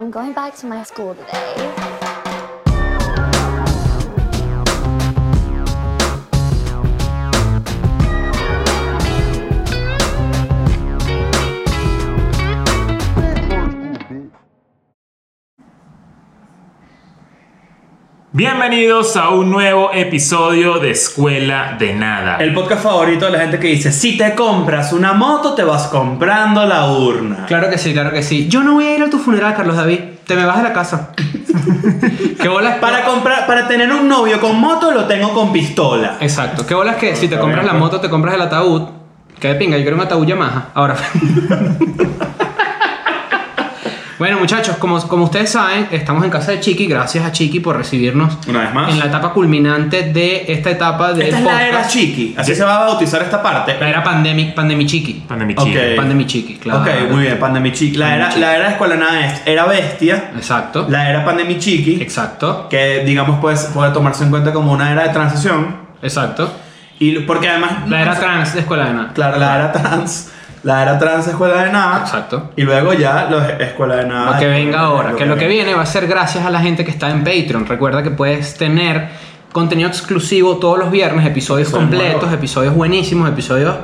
I'm going back to my school today. Bienvenidos a un nuevo episodio de Escuela de Nada. El podcast favorito de la gente que dice, si te compras una moto, te vas comprando la urna. Claro que sí, claro que sí. Yo no voy a ir a tu funeral, Carlos David. Te me vas de la casa. ¿Qué bolas? Para, comprar, para tener un novio con moto, lo tengo con pistola. Exacto. ¿Qué bolas que si te compras la moto, te compras el ataúd? Que de pinga, yo quiero un ataúd Yamaha. Ahora. bueno, muchachos, como, como ustedes saben, estamos en casa de Chiqui. Gracias a Chiqui por recibirnos. Una vez más. En la etapa culminante de esta etapa del Esta es la podcast. era chiqui, así se va a bautizar esta parte. La era pandemic, pandemichiqui. Pandemichín. Ok. Pandemichiqui, claro. Ok, muy bien, pandemichiqui. La era, Pandemichiqui. la era escuela nada es, era bestia. Exacto. La era pandemichiqui, Exacto. que digamos pues, puede tomarse en cuenta como una era de transición. Exacto. Y, lo- porque además... La era trans de escuela de nada. Claro, la era trans. La era trans escuela de nada. Exacto. Y luego ya los escuela de nada. Lo que venga ahora, que lo que viene. viene va a ser gracias a la gente que está en Patreon. Recuerda que puedes tener contenido exclusivo todos los viernes, episodios Episodios completos, nuevos. episodios buenísimos, episodios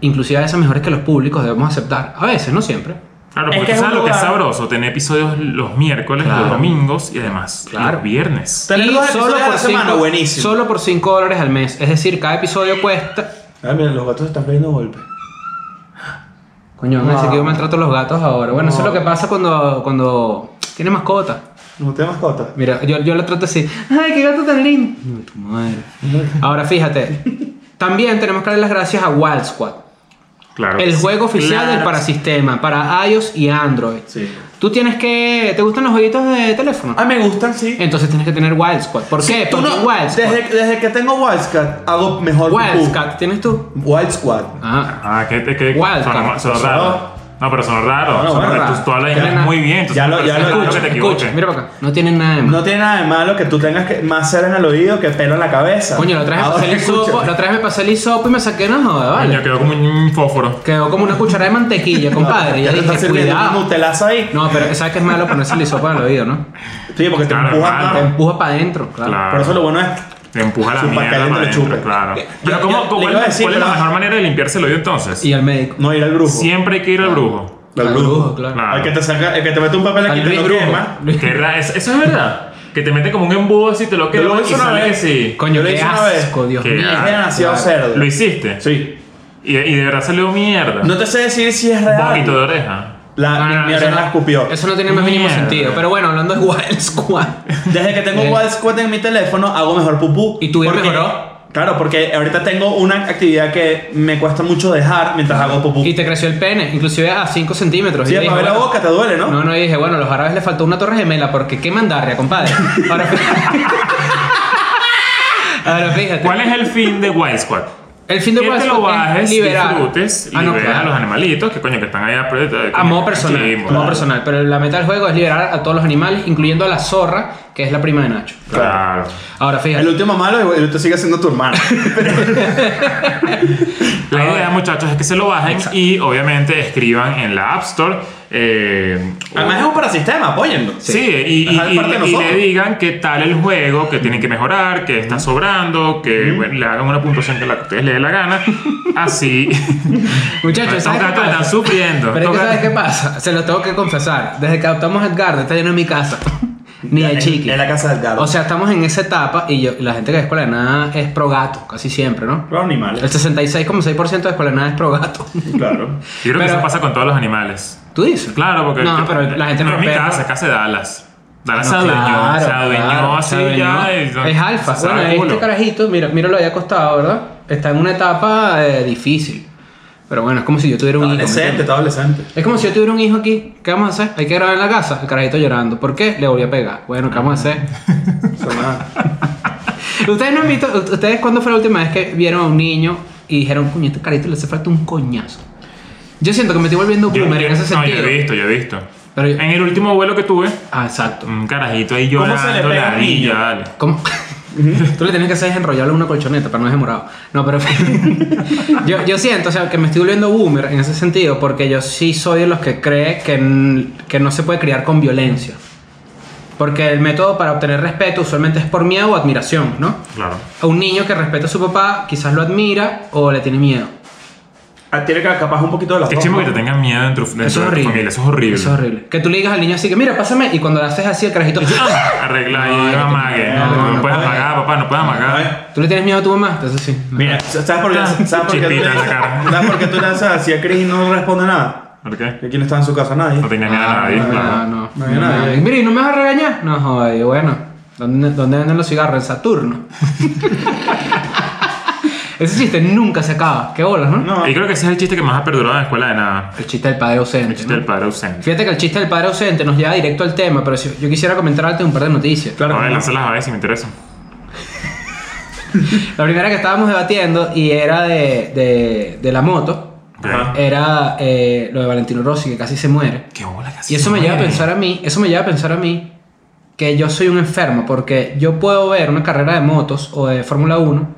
inclusive a veces mejores que los públicos debemos aceptar. A veces, no siempre. Claro, Es porque que es sabes un lo que es lugar- sabroso, tener episodios los miércoles, los Claro. domingos y además Claro. los viernes. Tener Y dos episodios a la semana, cinco- buenísimo. Solo por 5 dólares al mes. Es decir, cada episodio cuesta... Ay, mira, Ah, los gatos están cayendo golpes. Coño, me No. que yo maltrato a los gatos ahora. Bueno, eso es No. lo que pasa cuando, cuando tiene mascota. ¿No te mascota? Mira, yo, yo lo trato así. ¡Ay, qué gato tan lindo! No, tu madre. Ahora fíjate. También tenemos que darle las gracias a Wild Squad. Claro. El juego oficial Claro. del parasistema para iOS y Android. Sí. Tú tienes que. ¿Te gustan los jueguitos de teléfono? Ah, me gustan, sí. Entonces tienes que tener Wild Squad. ¿Por Sí, qué? tú Porque no- Wild Squad. desde, desde que tengo Wildcat, hago mejor Wild pupú. Squad, ¿tienes tú? Wild Squad. Ah. Ah, que te que Wild sonó, card. sonó Sonó. raro. No, pero sonó raro. No, no, Sonó bueno, raro. raro. Tú, tú hablas Ya inglés na- muy bien. entonces ya me lo- ya parece lo- raro escucha, que te Escucha, equivoques. mira para acá. No tienen nada de malo. No tiene nada de malo que tú tengas que- más cera en el oído que pelo en la cabeza. Coño, la otra vez me Ahora pasé el escucha. hisopo. La otra vez me pasé el hisopo y me saqué una joda, Coño, ¿vale? quedó como un Ah, fósforo. Quedó como una cuchara de mantequilla, compadre. Ya Ya te estás dije, sirviendo un cuidado. mutelazo ahí. No, pero sabes que es malo ponerse el hisopo en el oído, ¿no? Sí, porque te Claro, empujan. hermano. ¿no? Empuja para adentro, claro. Claro. Por eso lo bueno es. Te empuja la Chupa, mierda caliente para lo adentro, chupe. claro. Yo- Pero yo- ¿cómo, le cuál, iba a cuál decir, es la pero- mejor manera de limpiarse el oído entonces? Y al médico. No ir al brujo. Siempre hay que ir al brujo. Al brujo. claro. Claro. Al que te saca, el que te mete un papel aquí Al y te Luis lo Brujo. quema. Qué ra- es- Eso es verdad. Que te mete como un embudo así, te lo Yo lo quedas hice y una sale que vez. sí. Coño, Yo lo qué hice una vez. asco, Dios Qué mío. asco. Es demasiado cerdo. Lo hiciste. Sí. Y, y de verdad salió mierda. No te sé decir si es real. Vómito de oreja. La, No, mi- no, no, mi eso oreja no- escupió. Eso no tiene más mínimo Mierda. sentido. Pero bueno, hablando de Wild Squad. Desde que tengo Eh. Wild Squad en mi teléfono, hago mejor pupú. ¿Y tu vida Porque- mejoró? Claro, porque ahorita tengo una actividad que me cuesta mucho dejar mientras hago pupú. Y te creció el pene, inclusive a 5 centímetros. Sí, Y yo para dije, ver la bueno, boca te duele, ¿no? No, no, y dije, bueno, a los árabes le faltó una torre gemela porque qué mandarria, compadre. Ahora fíjate. Ahora fíjate. ¿Cuál es el fin de Wild Squad? El fin de que Wild te Squad lo bajes, es liberar. disfrutes, Ah, no, liberas a claro. los animalitos, que coño, que están allá. pues, eh, A coño, modo personal, sí, a modo claro. personal. Pero la meta del juego es liberar a todos los animales, incluyendo a la zorra, que es la prima de Nacho. Claro. Ahora fíjate. El último malo y te sigue siendo tu hermano. La Ahora- idea, muchachos, es que se lo bajen y obviamente escriban en la App Store. eh, Además es un parasistema, apóyenlo. Sí, y, Ajá, y- parte de y- y nosotros. le digan qué tal el juego, que tienen que mejorar, que está sobrando, que bueno, le hagan una puntuación que la que ustedes les dé la gana. Así. Muchachos, Estos ¿sabes qué gatos pasa? están sufriendo. Pero es Estos que ¿sabes qué gatos- pasa? Se lo tengo que confesar. Desde que adoptamos a Edgardo, este está lleno de mi casa. Ni de En- chiqui. En la casa del gato. O sea, estamos en esa etapa y yo, la gente que es escuela de nada es pro gato, casi siempre, ¿no? Los El animales. 66,6% de escuela de nada es pro gato. Claro. Yo creo que Pero- eso pasa con todos los animales. ¿Tú dices? Claro, porque. No, pero la gente no es mi perro- casa, es casa de Dallas. Dallas No, se adueñó, ah, claro, se adueñó claro, así se adueñó. ya. y- Es alfa. se Bueno, sabe este culo. carajito, mira, mira lo había costado, ¿verdad? Está en una etapa eh, difícil. Pero bueno, es como si yo tuviera un hijo. ¿me Adolescente, entiendes? está adolescente. Es como si yo tuviera un hijo aquí. ¿Qué vamos a hacer? Hay que grabar en la casa. El carajito llorando. ¿Por qué? Le volví a pegar. Bueno, ¿qué vamos a hacer? Eso nada. Ustedes no han visto. ¿Ustedes cuándo fue la última vez que vieron a un niño y dijeron, coño, este carajito le hace falta un coñazo? Yo siento que me estoy volviendo Yo- boomer yo- en ese no, yo sentido. he visto, yo he visto. Pero yo- En el último vuelo que tuve, Ah, exacto. un carajito ahí ¿Cómo se le llorando pega la al niño? villa, dale. ¿Cómo? Tú le tienes que hacer es enrollarle una colchoneta para no demorado. No, pero yo, yo siento, o sea, que me estoy volviendo boomer en ese sentido, porque yo sí soy de los que cree que, n- que no se puede criar con violencia. Porque el método para obtener respeto usualmente es por miedo o admiración, ¿no? Claro. A un niño que respeta a su papá quizás lo admira o le tiene miedo. Ah, Tiene que capaz un poquito de las Qué dos, chimbo ¿no? que te tengan miedo dentro, dentro Eso es de tu horrible. familia, eso es horrible. Eso es horrible. Que tú le digas al niño así que, mira, pásame, y cuando le haces así el carajito... "Ah", Arregla No, y no, amague. no, No, no, no, no puedes puede. amagar, papá, no puedes amagar. ¿Tú le tienes miedo a tu mamá? Entonces sí. Mira, ¿sabes por qué, ¿sabes por qué, tú, Chispita en la cara. ¿sabes por qué tú le haces así a Chris y no responde nada? ¿Por qué? ¿Que ¿Quién está en su casa? Nadie. No tenía miedo a nadie, Ah, no, claro. no, no, No hay nadie. Mira, ¿y no me vas a regañar? No, joder, bueno. ¿Dónde, dónde venden los cigarros? En Saturno. Ese chiste nunca se acaba. Qué bolas, ¿no? No. Y creo que ese es el chiste que más ha perdurado en la escuela de nada. El chiste del padre ausente. El chiste ¿no? del padre ausente. Fíjate que el chiste del padre ausente nos lleva directo al tema, pero si- yo quisiera comentar antes un par de noticias. Claro. Ahora que no. lánzalas a ver si me interesa. La primera que estábamos debatiendo y era de, de, de la moto, Ok. Ajá. era eh, lo de Valentino Rossi, que casi se muere. Qué bola que Y eso me lleva a pensar a mí, eso me lleva a pensar a mí que yo soy un enfermo porque yo puedo ver una carrera de motos o de Fórmula 1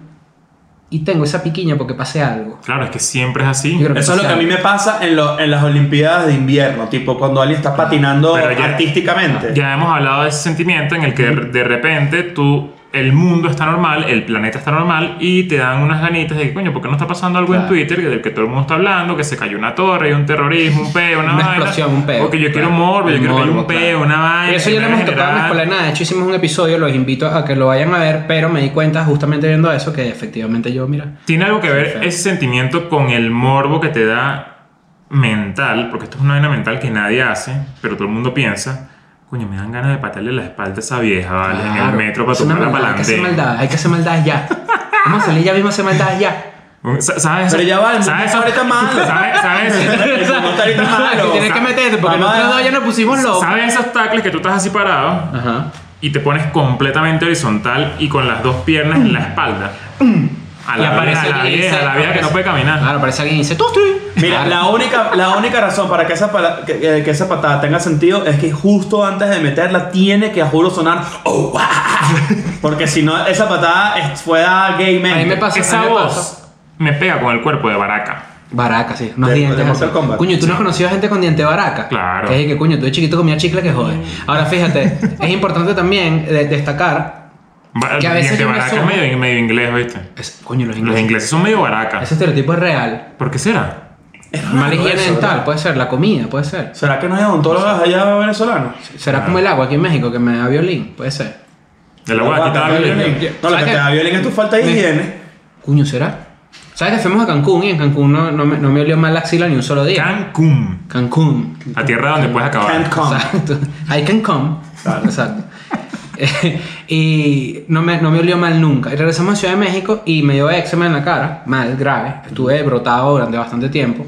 y tengo esa piquiña porque pase algo. Claro, es que siempre es así. Yo creo Eso es lo que a mí me pasa en, lo- en las Olimpiadas de invierno, tipo cuando alguien está patinando Pero ya- artísticamente. Ya hemos hablado de ese sentimiento en el que de repente tú, el mundo está normal, el planeta está normal y te dan unas ganitas de que, coño, ¿por qué no está pasando algo en Claro. Twitter del que todo el mundo está hablando? Que se cayó una torre, hay un terrorismo, un peo, una, Una vaina. explosión, un peo, Porque yo claro. quiero morbo, yo El quiero que haya un morbo, claro. peo, una vaina. Eso ya lo que me hemos tocado en la general. escuela de nada. De hecho, hicimos un episodio, los invito a que lo vayan a ver, pero me di cuenta justamente viendo eso que efectivamente yo, mira. Tiene algo que ver feo. ese sentimiento con el morbo que te da mental, porque esto es una vaina mental que nadie hace, pero todo el mundo piensa, coño, me dan ganas de patearle la espalda a esa vieja, ¿vale? en el Claro, metro para es una tomar la maldad, Hay que hacer palante. maldad, hay que hacer maldad ya. Vamos a salir ya mismo a hacer maldad ya. ¿Sabes? Pero ya va, el ¿Sabes? mundo ahorita malo. ¿Sabes? ¿Sabes? El mundo está ahorita malo. Que tienes que meterte porque Mamá, nosotros dos ya nos pusimos locos. ¿Sabes esos tacles que tú estás así parado Ajá. y te pones completamente horizontal y con las dos piernas en la espalda? A Mm. Y la aparece vieja, a la alguien y vieja, dice- a la vieja que no puede caminar. Claro, aparece alguien y dice, tú estoy. Mira, Claro. la única, la única razón para que esa, pala- que, que- que esa patada tenga sentido es que justo antes de meterla tiene que, a juro, sonar "Oh, guau". Porque si no, esa patada es- fue a gay man. A mí me pasa a Esa mí me pasa. voz me pega con el cuerpo de Baraka. Baraca, sí. Unos De- dientes. de Mortal así. Kombat. Cuño, tú no has conocido gente con diente de baraca. Claro. Mm. Que es que, cuño, tú de chiquito comías chicle que jode. Ahora fíjate, es importante también de- destacar. Ba- Que a veces diente yo me baraca es asomo. medio, medio inglés, ¿viste? es- coño, los Los ingleses. ingleses son medio Ese baracas. estereotipo es real. ¿Por qué será? Es raro Mala higiene eso, dental, ¿verdad? puede ser. La comida, puede ser. ¿Será que no hay odontólogos allá venezolanos? Será como el agua aquí en México que me da violín, puede ser. De la guata, Aguanta, tal. violín. bien. No, lo que ¿Sabes te qué? da violín es tu falta de Me- higiene. Cuño, será. ¿Sabes que fuimos a Cancún y en Cancún no, no me, no me olió mal la axila ni un solo día? Cancún. Cancún. La tierra donde puedes Can't acabar. come. Exacto. I can come. Exacto. Eh, y no me, no me olió mal nunca. Y regresamos a Ciudad de México y me dio eczema en la cara, mal, grave. Estuve brotado durante bastante tiempo.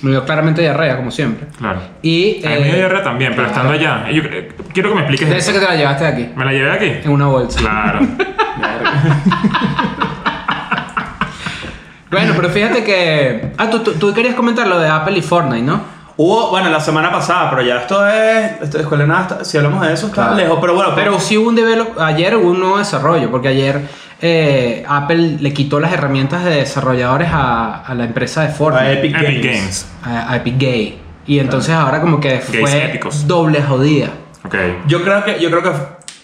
Me dio claramente diarrea, como siempre. Claro. Y. eh, A mí me dio diarrea también, pero estando allá. Yo eh, quiero que me expliques De eso. eso que te la llevaste de aquí, ¿Me la llevé aquí? en una bolsa. Claro. Bueno, pero fíjate que. Ah, tú, tú, tú querías comentar lo de Apple y Fortnite, ¿no? Hubo, bueno, la semana pasada, pero ya esto es. Esto es escuela de nada. está- Si hablamos de eso, está Claro. lejos. Ah, Pero bueno, Pero sí hubo un develop- ayer hubo un nuevo desarrollo, porque ayer eh, Apple le quitó las herramientas de desarrolladores a, a la empresa de Fortnite. A Epic, Epic Games. Games. a, a Epic Gay. Y entonces ahora como que fue épicos. doble jodida. Ok. Yo creo que yo creo que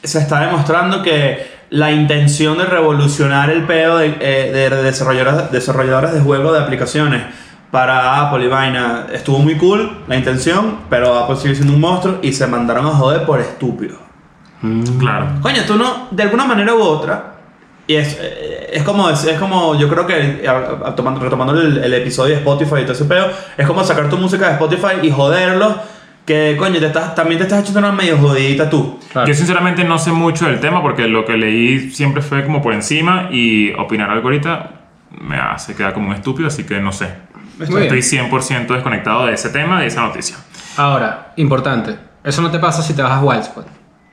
se está demostrando que la intención de revolucionar el pedo de, eh, de desarrolladoras, desarrolladoras de juegos de aplicaciones para Apple y vaina estuvo muy cool la intención, pero Apple sigue siendo un monstruo y se mandaron a joder por estúpido. Mm. Claro. Coño, tú no, de alguna manera u otra, y es, eh, es como, es, es como, yo creo que, eh, a- a- tomando- retomando el, el episodio de Spotify y todo ese peo, es como sacar tu música de Spotify y joderlos, que coño, te estás, también te estás echando una medio jodidita tú. Yo sinceramente no sé mucho del tema porque lo que leí siempre fue como por encima y opinar algo ahorita me hace quedar como un estúpido, así que no sé. Muy bien. Estoy 100% desconectado de ese tema, de esa noticia. Ahora, importante, eso no te pasa si te vas a Wild Spot,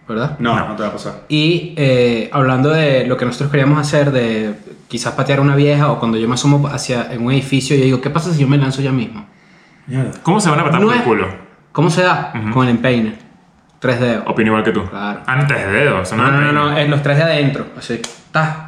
¿verdad? No, no, te va a pasar. Y eh, hablando de lo que nosotros queríamos hacer, de quizás patear a una vieja o cuando yo me asomo hacia en un edificio, yo digo, ¿qué pasa si yo me lanzo ya mismo? Mierda. ¿Cómo se van a patar No por el es- culo? ¿Cómo se da? Con el empeine. Tres dedos. Opino igual que tú. Claro. Ah, no, tres dedos. eso No, no, no, depende. no, es los tres de adentro. Así. Ta.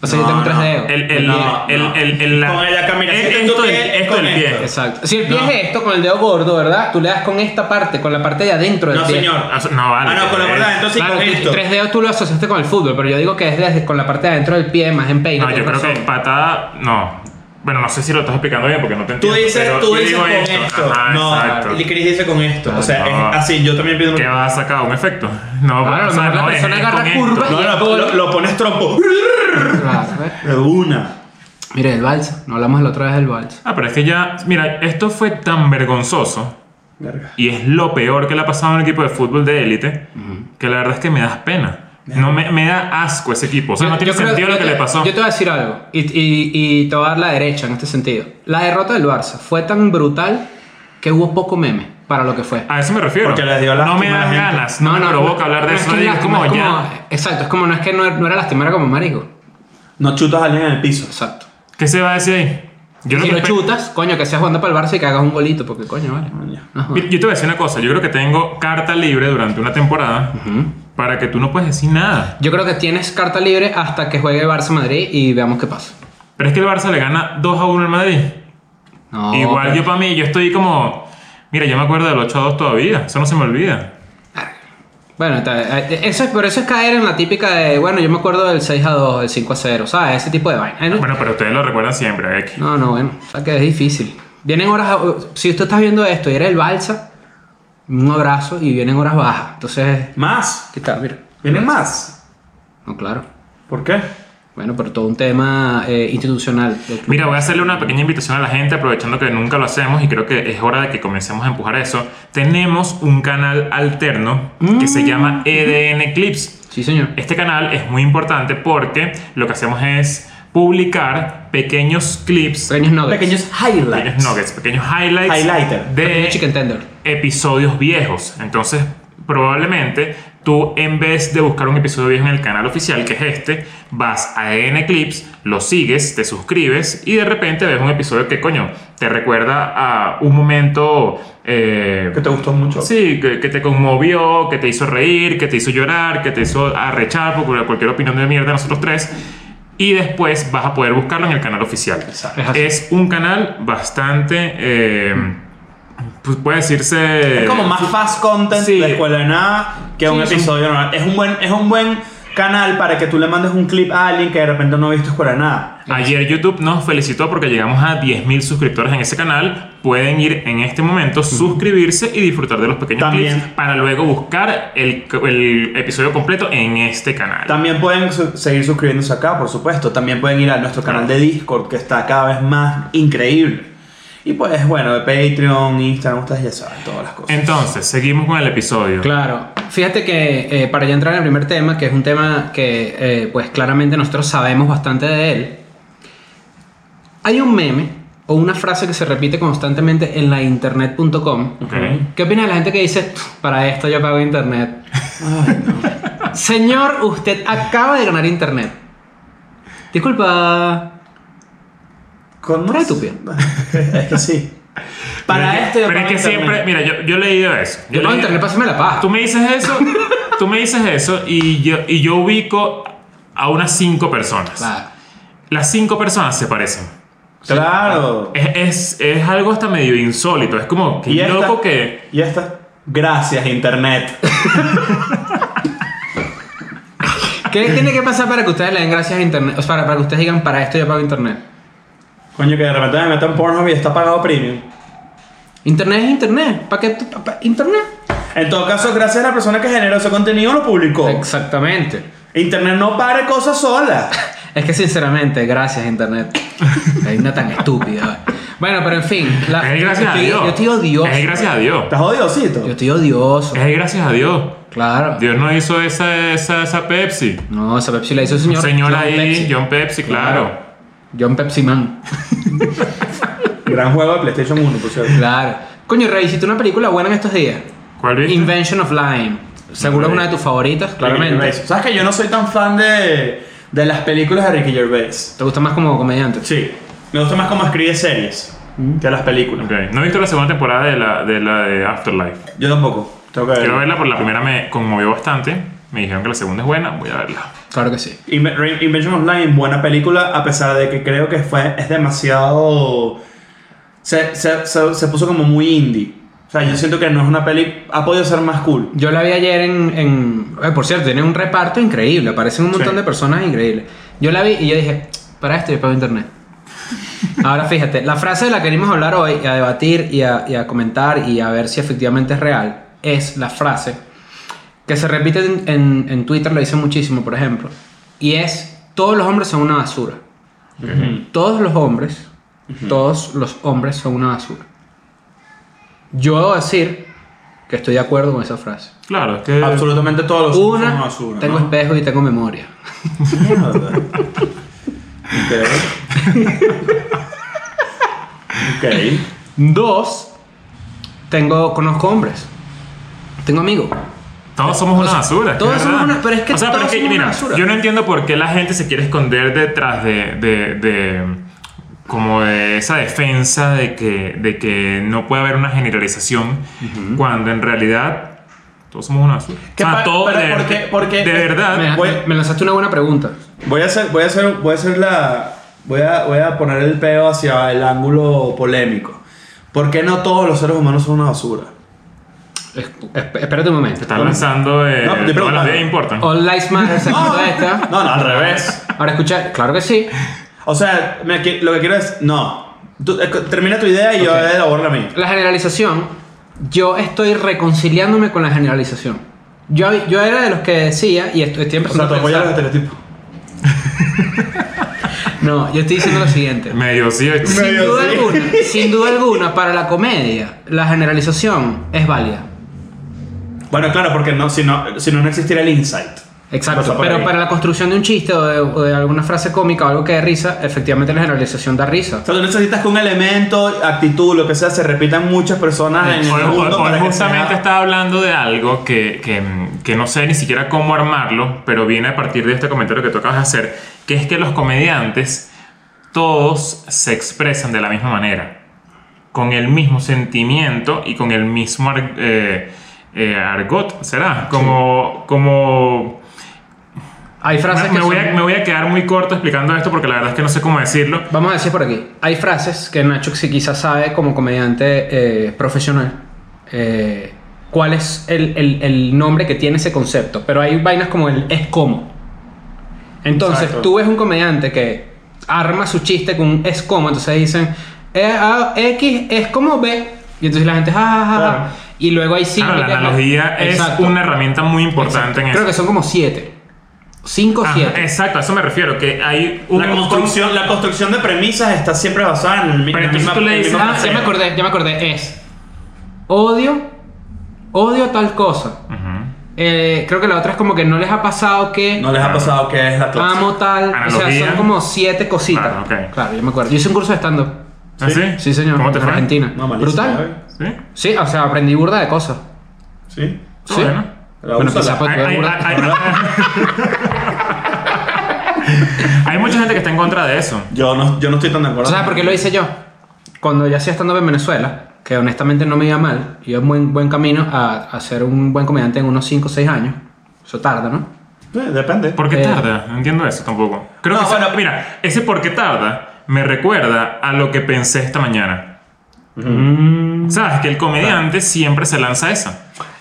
O sea, yo No, tengo tres no, dedos. El, el, No, el, no. el, el- la- Con la caminacita el- en tu esto, del- pie, esto con del pie. esto. Exacto. Si el pie No. es esto, con el dedo gordo, ¿verdad? Tú le das con esta parte, con la parte de adentro del No, pie. señor. Ah, so- no, vale. Ah, no, con la verdad, entonces Claro, con tú- esto. tres dedos tú lo asociaste con el fútbol, pero yo digo que es desde con la parte de adentro del pie, más en peine. No, yo creo que patada. No. Bueno, no sé si lo estás explicando bien porque no te Tú entiendo. dices, pero tú yo dices digo con esto. Ajá, no, exacto. y Chris dice con esto. O sea, No. es así, yo también pido. ¿Qué va a sacar? ¿Un efecto? No, Claro, a lo o sea, mejor la no, es- persona es agarra con esto. curva. No, no, lo, lo pones trompo. De una. Mire, el balsa. No hablamos la otra vez del balsa. Ah, pero es que ya. Mira, esto fue tan vergonzoso Verga. y es lo peor que le ha pasado a un equipo de fútbol de élite que la verdad es que me das pena. No me, me da asco ese equipo. O sea, no tiene creo- sentido lo yo que te- le pasó. Yo te voy a decir algo, y, y, y te voy a dar la derecha en este sentido. La derrota del Barça fue tan brutal que hubo poco meme para lo que fue. A eso me refiero. Porque les dio no lástima me a la das gente. ganas, Ah, no, me provoca hablar de no eso. Es que digo, lástima, como es como- ya. exacto, es como no es que no, no era lástima, era como marico. No chutas a alguien en el piso. Exacto. ¿Qué se va a decir ahí? Yo si que lo espe- chutas, coño, que seas jugando para el Barça y que hagas un golito, porque coño, vale. Coño. Ajá. Mira, Yo te voy a decir una cosa. Yo creo que tengo carta libre durante una temporada para que tú no puedes decir nada. Yo creo que tienes carta libre hasta que juegue Barça Madrid y veamos qué pasa. Pero es que el Barça le gana 2 a 1 al Madrid. No, Igual pero- yo para mí, yo estoy como. Mira, yo me acuerdo del 8 a 2 todavía. Eso no se me olvida. Bueno, está- eh, eso es, pero eso es caer en la típica de, bueno, yo me acuerdo del 6 a 2, del 5 a 0, ¿sabes? Ese tipo de vaina. Eh, Bueno, pero ustedes lo recuerdan siempre. X. No, no, bueno, o sea que es difícil. Vienen horas, eh, si usted está viendo esto y eres el balsa, un abrazo y vienen horas bajas. Entonces, ¿Más? ¿qué tal? Mira. ¿Vienen más? No, claro. ¿Por qué? Bueno, pero todo un tema eh, institucional. del club. Mira, voy a hacerle una pequeña invitación a la gente, aprovechando que nunca lo hacemos y creo que es hora de que comencemos a empujar eso. Tenemos un canal alterno que se llama EDN Clips. Sí, señor. Este canal es muy importante porque lo que hacemos es publicar pequeños clips, Pequeños nuggets. Pequeños pequeños Eh, highlights. nuggets, pequeños highlights Highlighter. Pequeños de chicken tender. episodios viejos. Entonces, probablemente tú en vez de buscar un episodio viejo en el canal oficial, que es este, vas a EN Clips, lo sigues, te suscribes y de repente ves un episodio que, coño, te recuerda a un momento... eh, Que te gustó mucho. Sí, que, que te conmovió, que te hizo reír, que te hizo llorar, que te hizo arrechar por cual- cualquier opinión de mierda de nosotros tres. Y después vas a poder buscarlo en el canal oficial. Exacto. Es así. Es un canal bastante, eh, pues puede decirse... Es como más fast content Sí. de escuela de nada que un Sí, es un- episodio normal. Es un buen, es un buen canal para que tú le mandes un clip a alguien que de repente no ha visto escuela de nada. Ayer YouTube nos felicitó porque llegamos a 10.000 suscriptores en ese canal. Pueden ir en este momento, suscribirse y disfrutar de los pequeños También. clips para luego buscar el, el episodio completo en este canal. También pueden su- seguir suscribiéndose acá, por supuesto. También pueden ir a nuestro canal de Discord, que está cada vez más increíble. Y pues bueno, de Patreon, Instagram, ustedes ya saben todas las cosas. Entonces, seguimos con el episodio. Claro. Fíjate que eh, para ya entrar en el primer tema, que es un tema que eh, pues claramente nosotros sabemos bastante de él, hay un meme o una frase que se repite constantemente en la internet.com. Ok. ¿Qué opina de la gente que dice, para esto yo pago internet? Ay, no. Señor, usted acaba de ganar internet. Disculpa. Con Trae tu pie. es que sí. Para pero, es este que- Pero es que siempre, mira, yo, yo he leído eso. Yo Yo pago leí- internet, pásame la paja. Tú me dices eso, tú me dices eso y yo, y yo ubico a unas cinco personas. Claro. Las cinco personas se parecen. Claro. Es, es, es algo hasta medio insólito. Es como que Y esta- loco que. Y esta. Gracias, internet. ¿Qué tiene que pasar para que ustedes le den gracias a internet? O sea, para, para que ustedes digan, para esto yo pago internet. Coño, que de repente me meto en Pornhub y está pagado premium. Internet es internet. ¿Para qué tú- pa- pa- internet? En todo caso, gracias a la persona que generó ese contenido lo publicó. Exactamente. Internet no pare cosas sola. Es que sinceramente, gracias internet. Hay una tan estúpida. vale. Bueno, pero en fin. la- es gracias yo a estoy- Dios. Ah, Yo estoy odioso. Es el gracias a Dios. ¿Estás odiosito? Yo estoy odioso. Es el gracias a Dios. Claro. Dios no hizo esa, esa, esa Pepsi. No, esa Pepsi la hizo el Un señor. señor ahí, Pepsi. John Pepsi, claro. John Pepsi Man. Gran juego de PlayStation 1, por cierto. Claro. Coño, revisité una película buena en estos días. ¿Cuál viste? Invention of Lime. Seguro es una de tus favoritas, Ricky claramente. Gervais. ¿Sabes que yo no soy tan fan de, de las películas de Ricky Gervais? ¿Te gusta más como comediante? Sí. Me gusta más cómo escribe Mm. series que las películas. Ok. No he visto la segunda temporada de la de, la de Afterlife. Yo tampoco. Tengo que Quiero verlo. verla, por la primera me conmovió bastante. Me dijeron que la segunda es buena, voy a verla. Claro que sí. Inve- Re- Invention of Line, buena película, a pesar de que creo que fue, es demasiado... Se, se, se, se puso como muy indie. O sea, yo siento que no es una peli... Ha podido ser más cool. Yo la vi ayer en. en- eh, por cierto, tiene un reparto increíble. Aparecen un montón Sí. de personas increíbles. Yo la vi y yo dije, para esto yo pago internet. Ahora fíjate, la frase de la que venimos a hablar hoy, a debatir y a, y a comentar y a ver si efectivamente es real, es la frase que se repite en, en- en Twitter, lo dicen muchísimo, por ejemplo, y es: todos los hombres son una basura. Todos los hombres, todos los hombres son una basura. Yo debo decir que estoy de acuerdo con esa frase. Claro, es que. Absolutamente todos los Una, son basura, tengo ¿no? espejo y tengo memoria. Mierda. Ok. Ok. Dos, tengo, conozco hombres. Tengo amigos. Todos somos una basura. es que todos es somos verdad. una- pero es que O sea, todos somos una basura. Yo no entiendo por qué la gente se quiere esconder detrás de. de- de- como de esa defensa de que, de que no puede haber una generalización cuando en realidad todos somos una basura. ¿Qué o sea, pa- todos pero de, por qué- por qué- de verdad. Me, Ah, voy- me lanzaste una buena pregunta. Voy a hacer, voy a hacer, voy a hacer la, voy a, voy a poner el peo hacia el ángulo polémico. ¿Por qué no todos los seres humanos son una basura? Es- esp- espérate un momento. Te están lanzando de. No, te todas pregunto. las vidas importan. All Lives Matter, se quitó esta. No, no, al revés. Ahora escucha, claro que sí. O sea, mira, que- lo que quiero es, no. Tú, eh, termina tu idea y yo eh, Ok. elaboro la mía. La generalización, yo estoy reconciliándome con la generalización. Yo, yo era de los que decía, y estoy, estoy O sea, empezando te a apoyas los pensar- estereotipos. No, yo estoy diciendo lo siguiente. Medio sí. oíste. sin Medio duda sí. alguna, sin duda alguna, para la comedia, la generalización es válida. Bueno, claro, porque no, si no, si no, no existiera el insight. Exacto, Pasa por pero ahí. para la construcción de un chiste o de, o de alguna frase cómica o algo que dé risa, efectivamente la generalización da risa. O sea, tú necesitas que un elemento, actitud, lo que sea, se repitan muchas personas en el Hoy, hoy- mundo hoy para que justamente sea- estaba hablando de algo que, que, mm, que no sé ni siquiera cómo armarlo, pero viene a partir de este comentario que tú acabas de hacer, que es que los comediantes todos se expresan de la misma manera, con el mismo sentimiento y con el mismo ar- eh, eh, argot, ¿será? Como... como Hay frases me, que voy a, son- me voy a quedar muy corto explicando esto porque la verdad es que no sé cómo decirlo. Vamos a decir por aquí. Hay frases que Nacho sí quizás sabe como comediante eh, profesional. eh, ¿Cuál es el, el- el nombre que tiene ese concepto? Pero hay vainas como el es como. Entonces, Exacto. tú ves un comediante que arma su chiste con un es como. Entonces dicen, "Eh, ah, X es como B. Y entonces la gente, "Ja, ja, ja, ja". Claro. Y luego hay sí. Claro, la analogía es una herramienta muy importante en eso. Creo que son como siete. Cinco o Ajá, siete. exacto, a eso me refiero, que hay la, construcción, la construcción de premisas está siempre basada en el mi- Pero la entonces misma- tú le el dices, mismo Ah, ya concepto. me acordé, ya me acordé. Es odio, odio tal cosa. Ujú. Eh, creo que la otra es como que no les ha pasado que No les ha pasado que es la clase. amo tal. O sea, Analogía. son como siete cositas. Ah, ok. Claro, ya me acuerdo. Yo hice un curso de stand-up. ¿Ah, sí? Sí, señor. ¿Cómo te en fue? Argentina. No, malísimo, ¿eh? Brutal. ¿Sí? Sí, o sea, aprendí burda de cosas. Sí. Ah, Sí. Bueno. La Bueno, pues usa quizás la- fue- Hay, tuve hay- burda- hay- hay mucha gente que está en contra de eso. Yo no, yo no estoy tan de O acuerdo. sea, ¿por qué lo hice yo? Cuando yo hacía stand-up en Venezuela, que honestamente no me iba mal, iba en buen, buen camino a, a ser un buen comediante en unos 5 o 6 años. Eso tarda, ¿no? Eh, depende. ¿Por qué Eh. tarda? No entiendo eso tampoco. Creo No, que ese- bueno. mira, ese por qué tarda me recuerda a lo que pensé esta mañana. Sabes que el comediante siempre se lanza eso.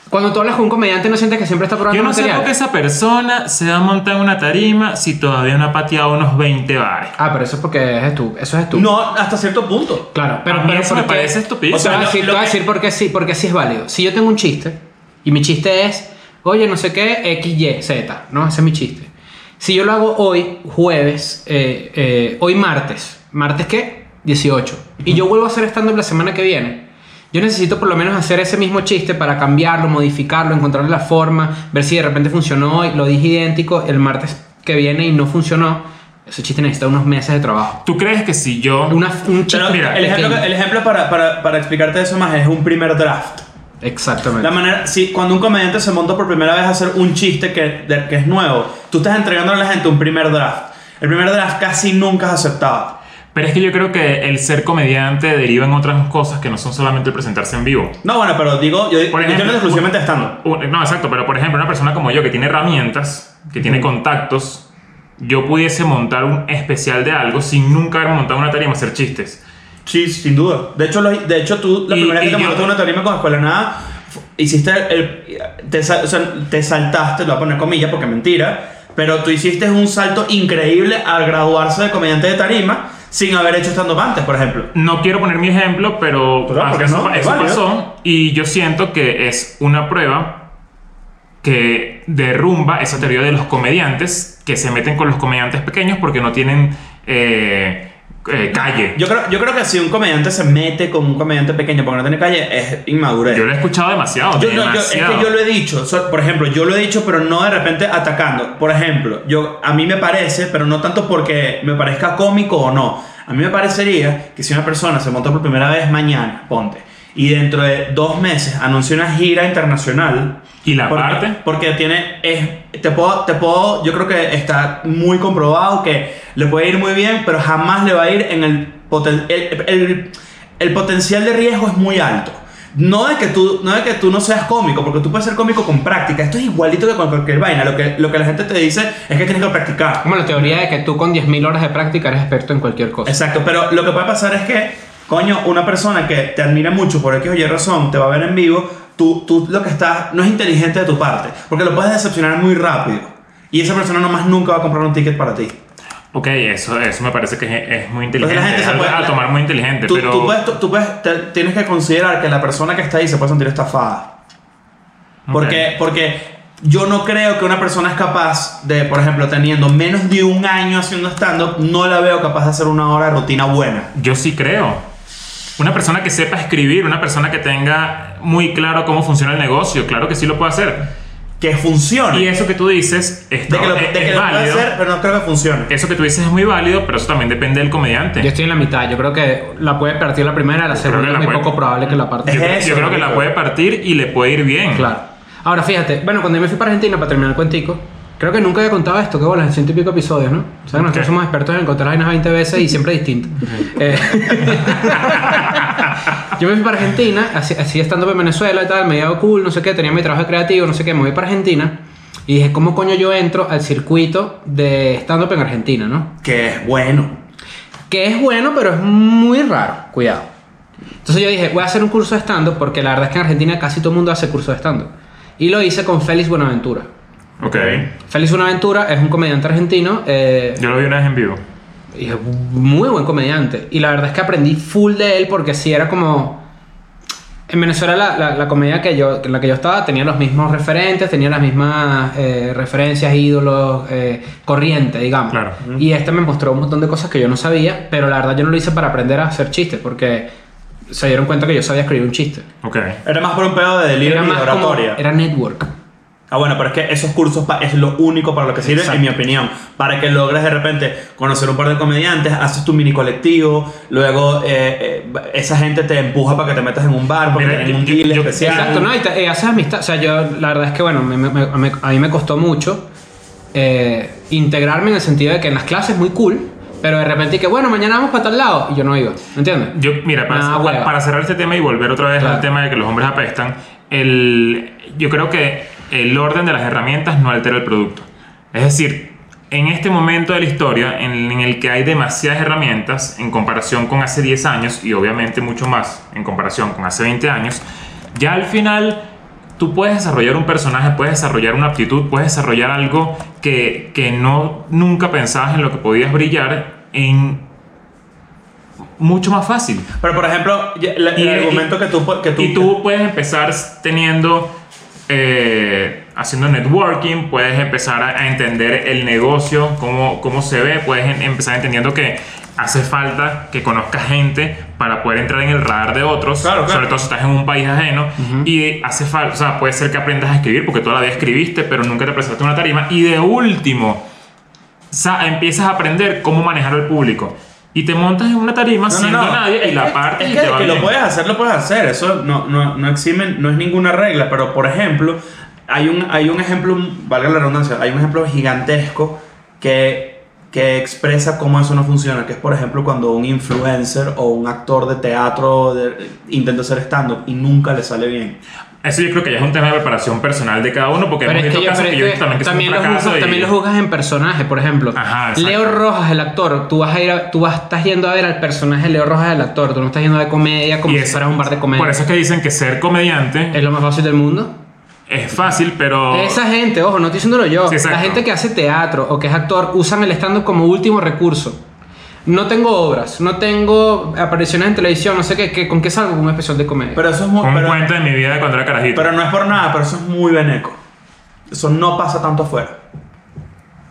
Cuando tú hablas con un comediante, no sientes que siempre está probando Yo no sé material. por qué esa persona se va a montar en una tarima si todavía no ha pateado unos 20 bares. Ah, pero eso es porque es estúpido. Eso es estúpido. No, hasta cierto punto. Claro, pero, A mí pero Ah, eso me porque- parece estupidez. O sea, O sea, voy a lo- decir, lo voy a que- decir porque sí, porque sí es válido. Si yo tengo un chiste y mi chiste es, oye, no sé qué, X, Y, Z, ¿no? Ese es mi chiste. Si yo lo hago hoy, jueves, eh, eh, hoy martes, ¿martes qué? 18. Y yo vuelvo a hacer stand-up la semana que viene. Yo necesito por lo menos hacer ese mismo chiste para cambiarlo, modificarlo, encontrarle la forma, ver si de repente funcionó hoy, lo dije idéntico el martes que viene y no funcionó. Ese chiste necesita unos meses de trabajo. ¿Tú crees que si yo... Una- un chiste Pero Mira, el ejemplo, pequeño. el ejemplo para, para, para explicarte eso más es un primer draft. Exactamente. La manera, si cuando un comediante se monta por primera vez a hacer un chiste que, de- que es nuevo, tú estás entregando a la gente un primer draft. El primer draft casi nunca es aceptado. Pero es que yo creo que el ser comediante deriva en otras cosas que no son solamente el presentarse en vivo. No, bueno, pero digo, yo, Por yo ejemplo, no exclusivamente estando. Un- No, exacto, pero por ejemplo, una persona como yo que tiene herramientas, que tiene contactos, yo pudiese montar un especial de algo sin nunca haber montado una tarima, hacer chistes. Sí, sin duda. De hecho, lo- de hecho tú, la Y- primera vez y que te yo- montaste una tarima con Escuela de Nada, fu- hiciste el... Te, sal- o sea, te saltaste, lo voy a poner comillas porque es mentira, pero tú hiciste un salto increíble al graduarse de comediante de tarima sin haber hecho estando antes, por ejemplo. No quiero poner mi ejemplo, pero Pero, ¿por qué eso, Pues no? Es eso válido. pasó y yo siento que es una prueba que derrumba esa teoría de los comediantes que se meten con los comediantes pequeños porque no tienen eh, eh, calle. Yo, Yo creo, yo creo que si un comediante se mete con un comediante pequeño porque no tiene calle, es inmadurez. lo he escuchado demasiado. Yo, no, yo- es demasiado. que yo lo he dicho, so- por ejemplo, yo lo he dicho, pero no de repente atacando. Por ejemplo, yo, a mí me parece, pero no tanto porque me parezca cómico o no. A mí me parecería que si una persona se monta por primera vez mañana, ponte, y dentro de dos meses anuncia una gira internacional. Y la porque- parte. Porque tiene. Es, te, puedo, te puedo. Yo creo que está muy comprobado que le puede ir muy bien, pero jamás le va a ir en el. poten- el, el- el potencial de riesgo es muy alto. No de, que tú, no de que tú no seas cómico, porque tú puedes ser cómico con práctica. Esto es igualito que con cualquier vaina. Lo que, lo que la gente te dice es que tienes que practicar. Como la teoría de que tú con 10.000 horas de práctica eres experto en cualquier cosa. Exacto, pero lo que puede pasar es que, coño, una persona que te admira mucho por X o Y razón, te va a ver en vivo, tú, tú lo que estás no es inteligente de tu parte, porque lo puedes decepcionar muy rápido. Y esa persona nomás nunca va a comprar un ticket para ti. Ok, eso, eso me parece que es, es muy inteligente. Entonces la gente es se algo puede- a tomar muy inteligente, Tú, pero. tú puedes, tú, tú puedes- te- tienes que considerar que la persona que está ahí se puede sentir estafada. Ok. Porque, porque yo no creo que una persona es capaz de, por ejemplo, teniendo menos de un año haciendo stand-up, no la veo capaz de hacer una hora de rutina buena. Yo sí creo. Una persona que sepa escribir, una persona que tenga muy claro cómo funciona el negocio, claro que sí lo puede hacer. Que funcione. Y eso que tú dices está- de que lo, de es, que es lo puede válido. hacer, pero no creo que funcione. Eso que tú dices es muy válido, pero eso también depende del comediante. Yo estoy en la mitad. Yo creo que la puede partir la primera, la creo segunda que es la muy puede- poco probable que la parte. Yo, Es yo eso, creo que la marico. puede partir y le puede ir bien. Claro. Ahora, fíjate, bueno, cuando yo me fui para Argentina para terminar el cuentico, creo que nunca había contado esto, que bolas, en ciento y pico episodios, ¿no? O sea, que Ok. nosotros somos expertos en encontrar vainas 20 veces y siempre distintas. Eh, yo me fui para Argentina, así, así estando en Venezuela y tal, me iba cool, no sé qué, tenía mi trabajo de creativo, no sé qué, me voy para Argentina y dije, ¿cómo coño yo entro al circuito de stand-up en Argentina, no? que es bueno. que es bueno, pero es muy raro. Cuidado. Entonces yo dije, voy a hacer un curso de stand-up porque la verdad es que en Argentina casi todo el mundo hace curso de stand-up. Y lo hice con Félix Buenaventura. Ok. Félix Buenaventura es un comediante argentino. eh, Yo lo vi una vez en vivo. y es muy buen comediante. Y la verdad es que aprendí full de él porque si era como... En Venezuela la, la- la comedia que yo, en la que yo estaba tenía los mismos referentes, tenía las mismas eh, referencias, ídolos, eh, corriente, digamos. Claro. Y este me mostró un montón de cosas que yo no sabía, pero la verdad yo no lo hice para aprender a hacer chistes porque se dieron cuenta que yo sabía escribir un chiste. Ok. Era más por un pedo de delirio y de como- oratoria. era network. Ah, bueno, pero es que esos cursos pa- es lo único para lo que sirven, en mi opinión. Para que logres de repente conocer un par de comediantes, haces tu mini colectivo, luego eh, eh, esa gente te empuja para que te metas en un bar, porque Mira, tienen yo- un yo- deal yo- especial. Exacto, ¿no? Y te- eh, haces amistad. O sea, yo, la verdad es que, bueno, me- me- me- a mí me costó mucho eh, integrarme en el sentido de que en las clases muy cool, pero de repente que, bueno, mañana vamos para tal lado, y yo no iba. ¿Me entiendes? Yo, mira, para, Ah, hueva. para cerrar este tema y volver otra vez Claro. al tema de que los hombres apestan, el, yo creo que el orden de las herramientas no altera el producto. Es decir, en este momento de la historia, en, en el que hay demasiadas herramientas en comparación con hace 10 años y obviamente mucho más en comparación con hace 20 años, ya al final tú puedes desarrollar un personaje, puedes desarrollar una aptitud, puedes desarrollar algo que, que no, nunca pensabas en lo que podías brillar en mucho más fácil. Pero por ejemplo, ya- la- el Y- argumento y- que tú... po- Que tú Y tú puedes empezar teniendo, eh, haciendo networking, puedes empezar a, a entender el negocio, cómo, cómo se ve, puedes en- empezar entendiendo que hace falta que conozcas gente para poder entrar en el radar de otros, Claro, claro. sobre todo si estás en un país ajeno, y hace falta, o sea, puede ser que aprendas a escribir porque toda la vida escribiste, pero nunca te presentaste en una tarima, y de último, sa- empiezas a aprender cómo manejar al público. Y te montas en una tarima No, no, siendo Ah, no. nadie y Es la que- parte es y que, te va que lo bien. puedes hacer, lo puedes hacer. Eso no, no, no exime, no es ninguna regla. Pero por ejemplo, hay un, hay un ejemplo, valga la redundancia, hay un ejemplo gigantesco que que expresa cómo eso no funciona, que es por ejemplo cuando un influencer o un actor de teatro de- intenta hacer stand-up y nunca le sale bien. Eso yo creo que ya es un tema de preparación personal de cada uno, porque Pero hemos es visto que yo, casos pero que es yo he que visto también que son también, un lo fracaso juzgas, y- también lo juzgas en personaje, por ejemplo. Ajá, exacto. Leo Rojas, el actor, tú vas a ir a- tú vas, estás yendo a ver al personaje de Leo Rojas, el actor, tú no estás yendo a ver comedia como y si eso- fuera un bar de comedia. Por eso es que dicen que ser comediante Es lo más fácil del mundo. es fácil, pero. Esa gente, ojo, no estoy diciéndolo yo. Sí, exacto. la gente que hace teatro o que es actor usan el stand-up como último recurso. No tengo obras, no tengo apariciones en televisión, no sé qué, qué- con qué salgo con un especial de comedia. Pero eso es muy... Fue un pero- cuento de mi vida de cuando era carajito. Pero no es por nada, pero eso es muy beneco. Eso no pasa tanto afuera.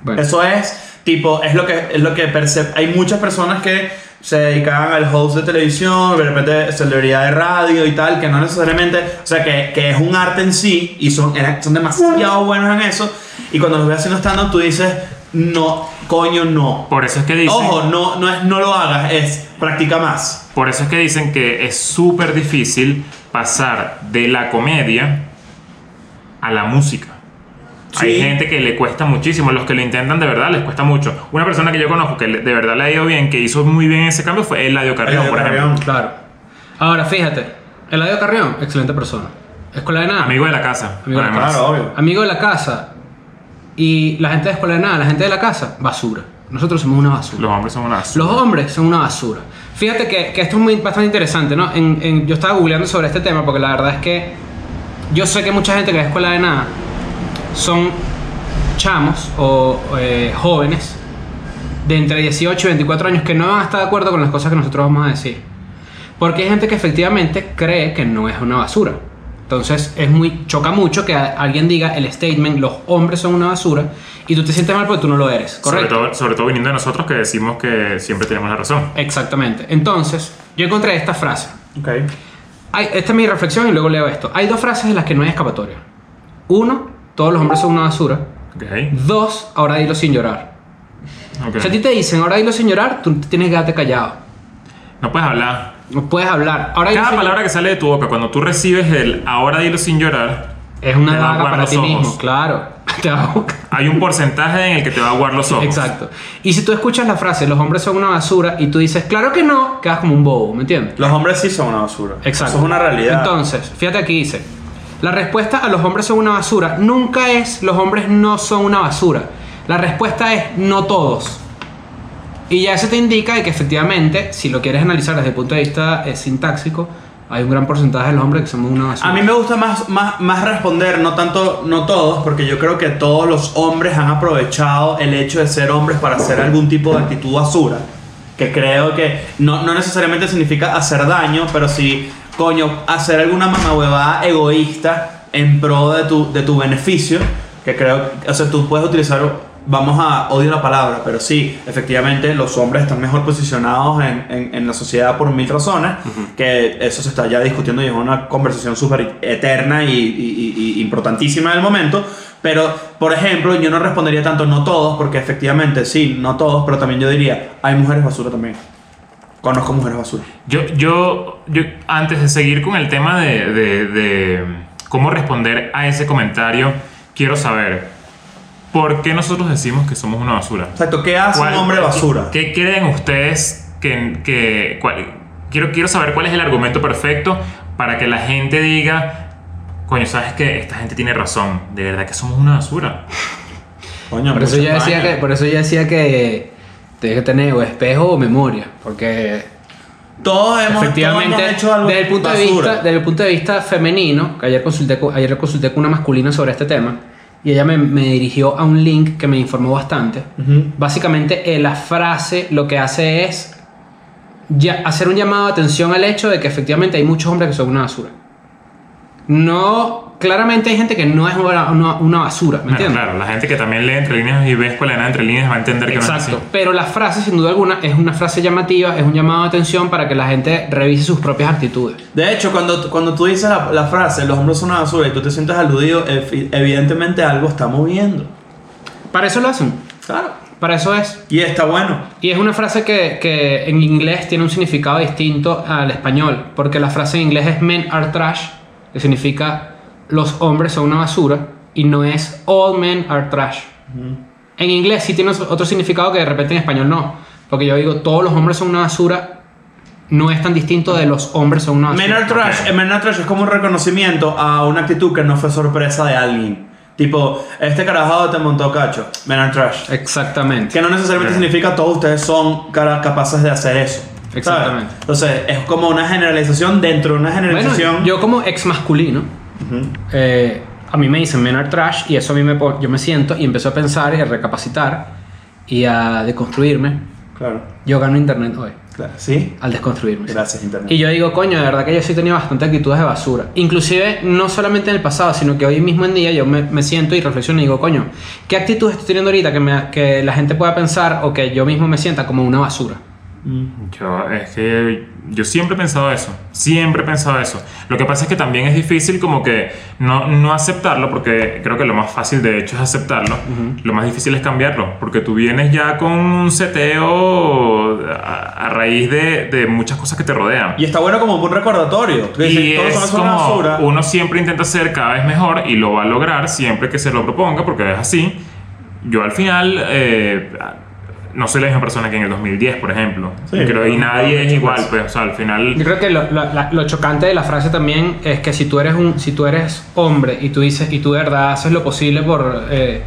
Bueno. Eso es, tipo, es lo que, es lo que perce- Hay muchas personas que se dedicaban al host de televisión, de repente celebridad de radio y tal, que no necesariamente, o sea, que, que es un arte en sí y son, era- son demasiado buenos en eso. Y cuando los ves haciendo stand-up, tú dices, no, coño, no. por eso es que dicen. Ojo, no, no, es, no lo hagas, es practica más. Por eso es que dicen que es súper difícil pasar de la comedia a la música. Hay Sí. gente que le cuesta muchísimo, los que lo intentan de verdad les cuesta mucho. Una persona que yo conozco que le- de verdad le ha ido bien, que hizo muy bien ese cambio, fue Eladio Carrión, Eladio por Carrión. ejemplo. Claro. Ahora, fíjate, Eladio Carrión, excelente persona. Escuela de nada. Amigo de la casa. Amigo de la además. Claro, obvio. Amigo de la casa. Y la gente de escuela de nada, la gente de la casa, basura. Nosotros somos una basura. Los hombres son una Los hombres son una basura. Fíjate que, que esto es muy, bastante interesante, ¿no? En- en- yo estaba googleando sobre este tema porque la verdad es que yo sé que mucha gente que es escuela de nada son chamos o eh, jóvenes de entre 18 y 24 años que no van a estar de acuerdo con las cosas que nosotros vamos a decir. Porque hay gente que efectivamente cree que no es una basura. Entonces es muy choca mucho que a- alguien diga el statement los hombres son una basura y tú te sientes mal porque tú no lo eres, Sobre ¿correcto? todo, sobre todo viniendo de nosotros que decimos que siempre tenemos la razón. Exactamente. Entonces, yo encontré esta frase. Ok. Hay- esta es mi reflexión y luego leo esto. Hay dos frases de las que no hay escapatoria. Uno, todos los hombres son una basura. Ok, Dos, ahora dilo sin llorar. ok. Si a ti te dicen ahora dilo sin llorar, tú te tienes que quedarte callado. No puedes hablar. No puedes hablar. Ahora dilo Cada sin palabra que sale de tu boca, cuando tú recibes el ahora dilo sin llorar, llorar". es una te va a daga aguar para los ti ojos. mismo, claro. Te va a ahogar. hay un porcentaje en el que te va a aguar los ojos. Exacto. Y si tú escuchas la frase los hombres son una basura y tú dices claro que no, quedas como un bobo, ¿me entiendes? Los hombres sí son una basura. Exacto. Eso es una realidad. Entonces, fíjate aquí dice, la respuesta a los hombres son una basura nunca es los hombres no son una basura. La respuesta es no todos. Y ya eso te indica de que efectivamente, si lo quieres analizar desde el punto de vista eh, sintáxico, hay un gran porcentaje de los hombres que somos una basura. A mí me gusta más, más, más responder, no tanto, no todos, porque yo creo que todos los hombres han aprovechado el hecho de ser hombres para hacer algún tipo de actitud basura. Que creo que no, no necesariamente significa hacer daño, pero sí, coño, hacer alguna mamahuevada egoísta en pro de tu, de tu beneficio. Que creo, o sea, tú puedes utilizar, vamos a, odio la palabra, pero sí, efectivamente los hombres están mejor posicionados en, en- en la sociedad por mil razones, que eso se está ya discutiendo y es una conversación súper eterna y, y- y- y importantísima del momento. Pero, por ejemplo, yo no respondería tanto no todos, porque efectivamente sí, no todos, pero también yo diría, hay mujeres basura también. Conozco mujeres basura. Yo, yo, yo, antes de seguir con el tema de, de- de cómo responder a ese comentario, quiero saber, ¿por qué nosotros decimos que somos una basura? Exacto, ¿qué hace un ¿Cuál- hombre basura? ¿Qué creen ustedes que... que- cuál- quiero, quiero saber cuál es el argumento perfecto para que la gente diga, coño, ¿sabes que Esta gente tiene razón, de verdad que somos una basura. Coño, por, eso mucho yo decía daño. que, por eso yo decía que tienes que tener o espejo o memoria, porque Todos hemos, Efectivamente, todos hemos hecho algo desde el, punto de basura. vista, desde el punto de vista femenino, que ayer consulté, con- ayer consulté con una masculina sobre este tema, y ella me, me dirigió a un link que me informó bastante. Ujú. Básicamente, eh, la frase lo que hace es ya hacer un llamado de atención al hecho de que efectivamente hay muchos hombres que son una basura. No, claramente hay gente que no es una, una- una basura, ¿me Bueno, entiendes? claro, la gente que también lee entre líneas y ve escuela de nada entre líneas va a entender que no es así. Exacto, pero la frase sin duda alguna es una frase llamativa, es un llamado de atención para que la gente revise sus propias actitudes. De hecho, cuando, cuando tú dices la, la frase, los hombres son una basura y tú te sientes aludido, efi- evidentemente algo está moviendo. Para eso lo hacen. Claro. Para eso es. Y está bueno. Y es una frase que, que en inglés tiene un significado distinto al español, porque la frase en inglés es men are trash, que significa los hombres son una basura, y no es all men are trash. En inglés sí tiene otro significado que de repente en español no. Porque yo digo, todos los hombres son una basura, no es tan distinto de los hombres son una basura. Men are trash, eh, men are trash es como un reconocimiento a una actitud que no fue sorpresa de alguien. Tipo, este carajado te montó cacho. Men are trash. Exactamente. Que no necesariamente Claro. significa todos ustedes son cara- capaces de hacer eso. ¿sabes? Exactamente. Entonces, es como una generalización dentro de una Bueno, generalización. yo como ex masculino, Ujú. eh, a mí me dicen men are trash y eso a mí me pon- yo me siento y empiezo a pensar y a recapacitar y a deconstruirme. Claro, Yo gano internet hoy claro. ¿Sí? al desconstruirme. Gracias, internet. Y yo digo, coño, de verdad que yo sí tenía bastante actitudes de basura. Inclusive, no solamente en el pasado, sino que hoy mismo en día yo me, me siento y reflexiono y digo, coño, ¿qué actitudes estoy teniendo ahorita que, me- que la gente pueda pensar o que yo mismo me sienta como una basura? Mm. Yo, es que yo siempre he pensado eso, siempre he pensado eso. Lo que pasa es que también es difícil como que no, no aceptarlo, porque creo que lo más fácil de hecho es aceptarlo, lo más difícil es cambiarlo, porque tú vienes ya con un seteo a, a raíz de, de muchas cosas que te rodean. Y está bueno como un recordatorio. Tú dices, Y todos es somos una como basura. uno siempre intenta ser cada vez mejor y lo va a lograr siempre que se lo proponga, porque es así. Yo al final eh, no soy la misma persona que en el 2010, por ejemplo. Sí, Creo- y claro, nadie es mucho igual, más. pues, o sea, al final... Yo creo que lo, lo- la- lo chocante de la frase también es que si tú eres un, si tú eres hombre y tú dices y tú de verdad haces lo posible por eh,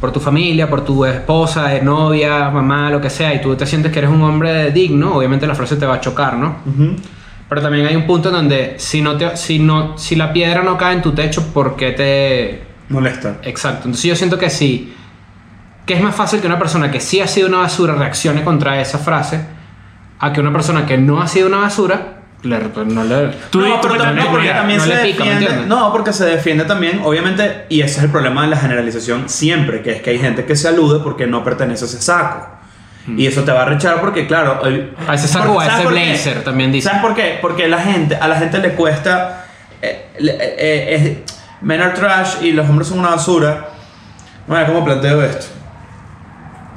por tu familia, por tu esposa, eh, novia, mamá, lo que sea, y tú te sientes que eres un hombre digno, obviamente la frase te va a chocar, ¿no? Ujú. Pero también hay un punto en donde si no te, si no, si la piedra no cae en tu techo, ¿por qué te? Molesta. Exacto. Entonces yo siento que sí, que es más fácil que una persona que sí ha sido una basura reaccione contra esa frase, a que una persona que no ha sido una basura le, pues, no le. Tú no, dices, pero tú también, también, porque mira, también no se le pica, ¿me defiende. entiendes? No, porque se defiende también, obviamente, y ese es el problema de la generalización siempre, que es que hay gente que se alude porque no pertenece a ese saco. Y eso te va a rechazar porque, claro. el- Mm. A ese saco porque- o a ¿sabes ese por qué? blazer, también dice. ¿Sabes por qué? Porque la gente, a la gente le cuesta. eh, le- eh, eh, eh, men are trash y los hombres son una basura. Bueno, ¿cómo planteo esto?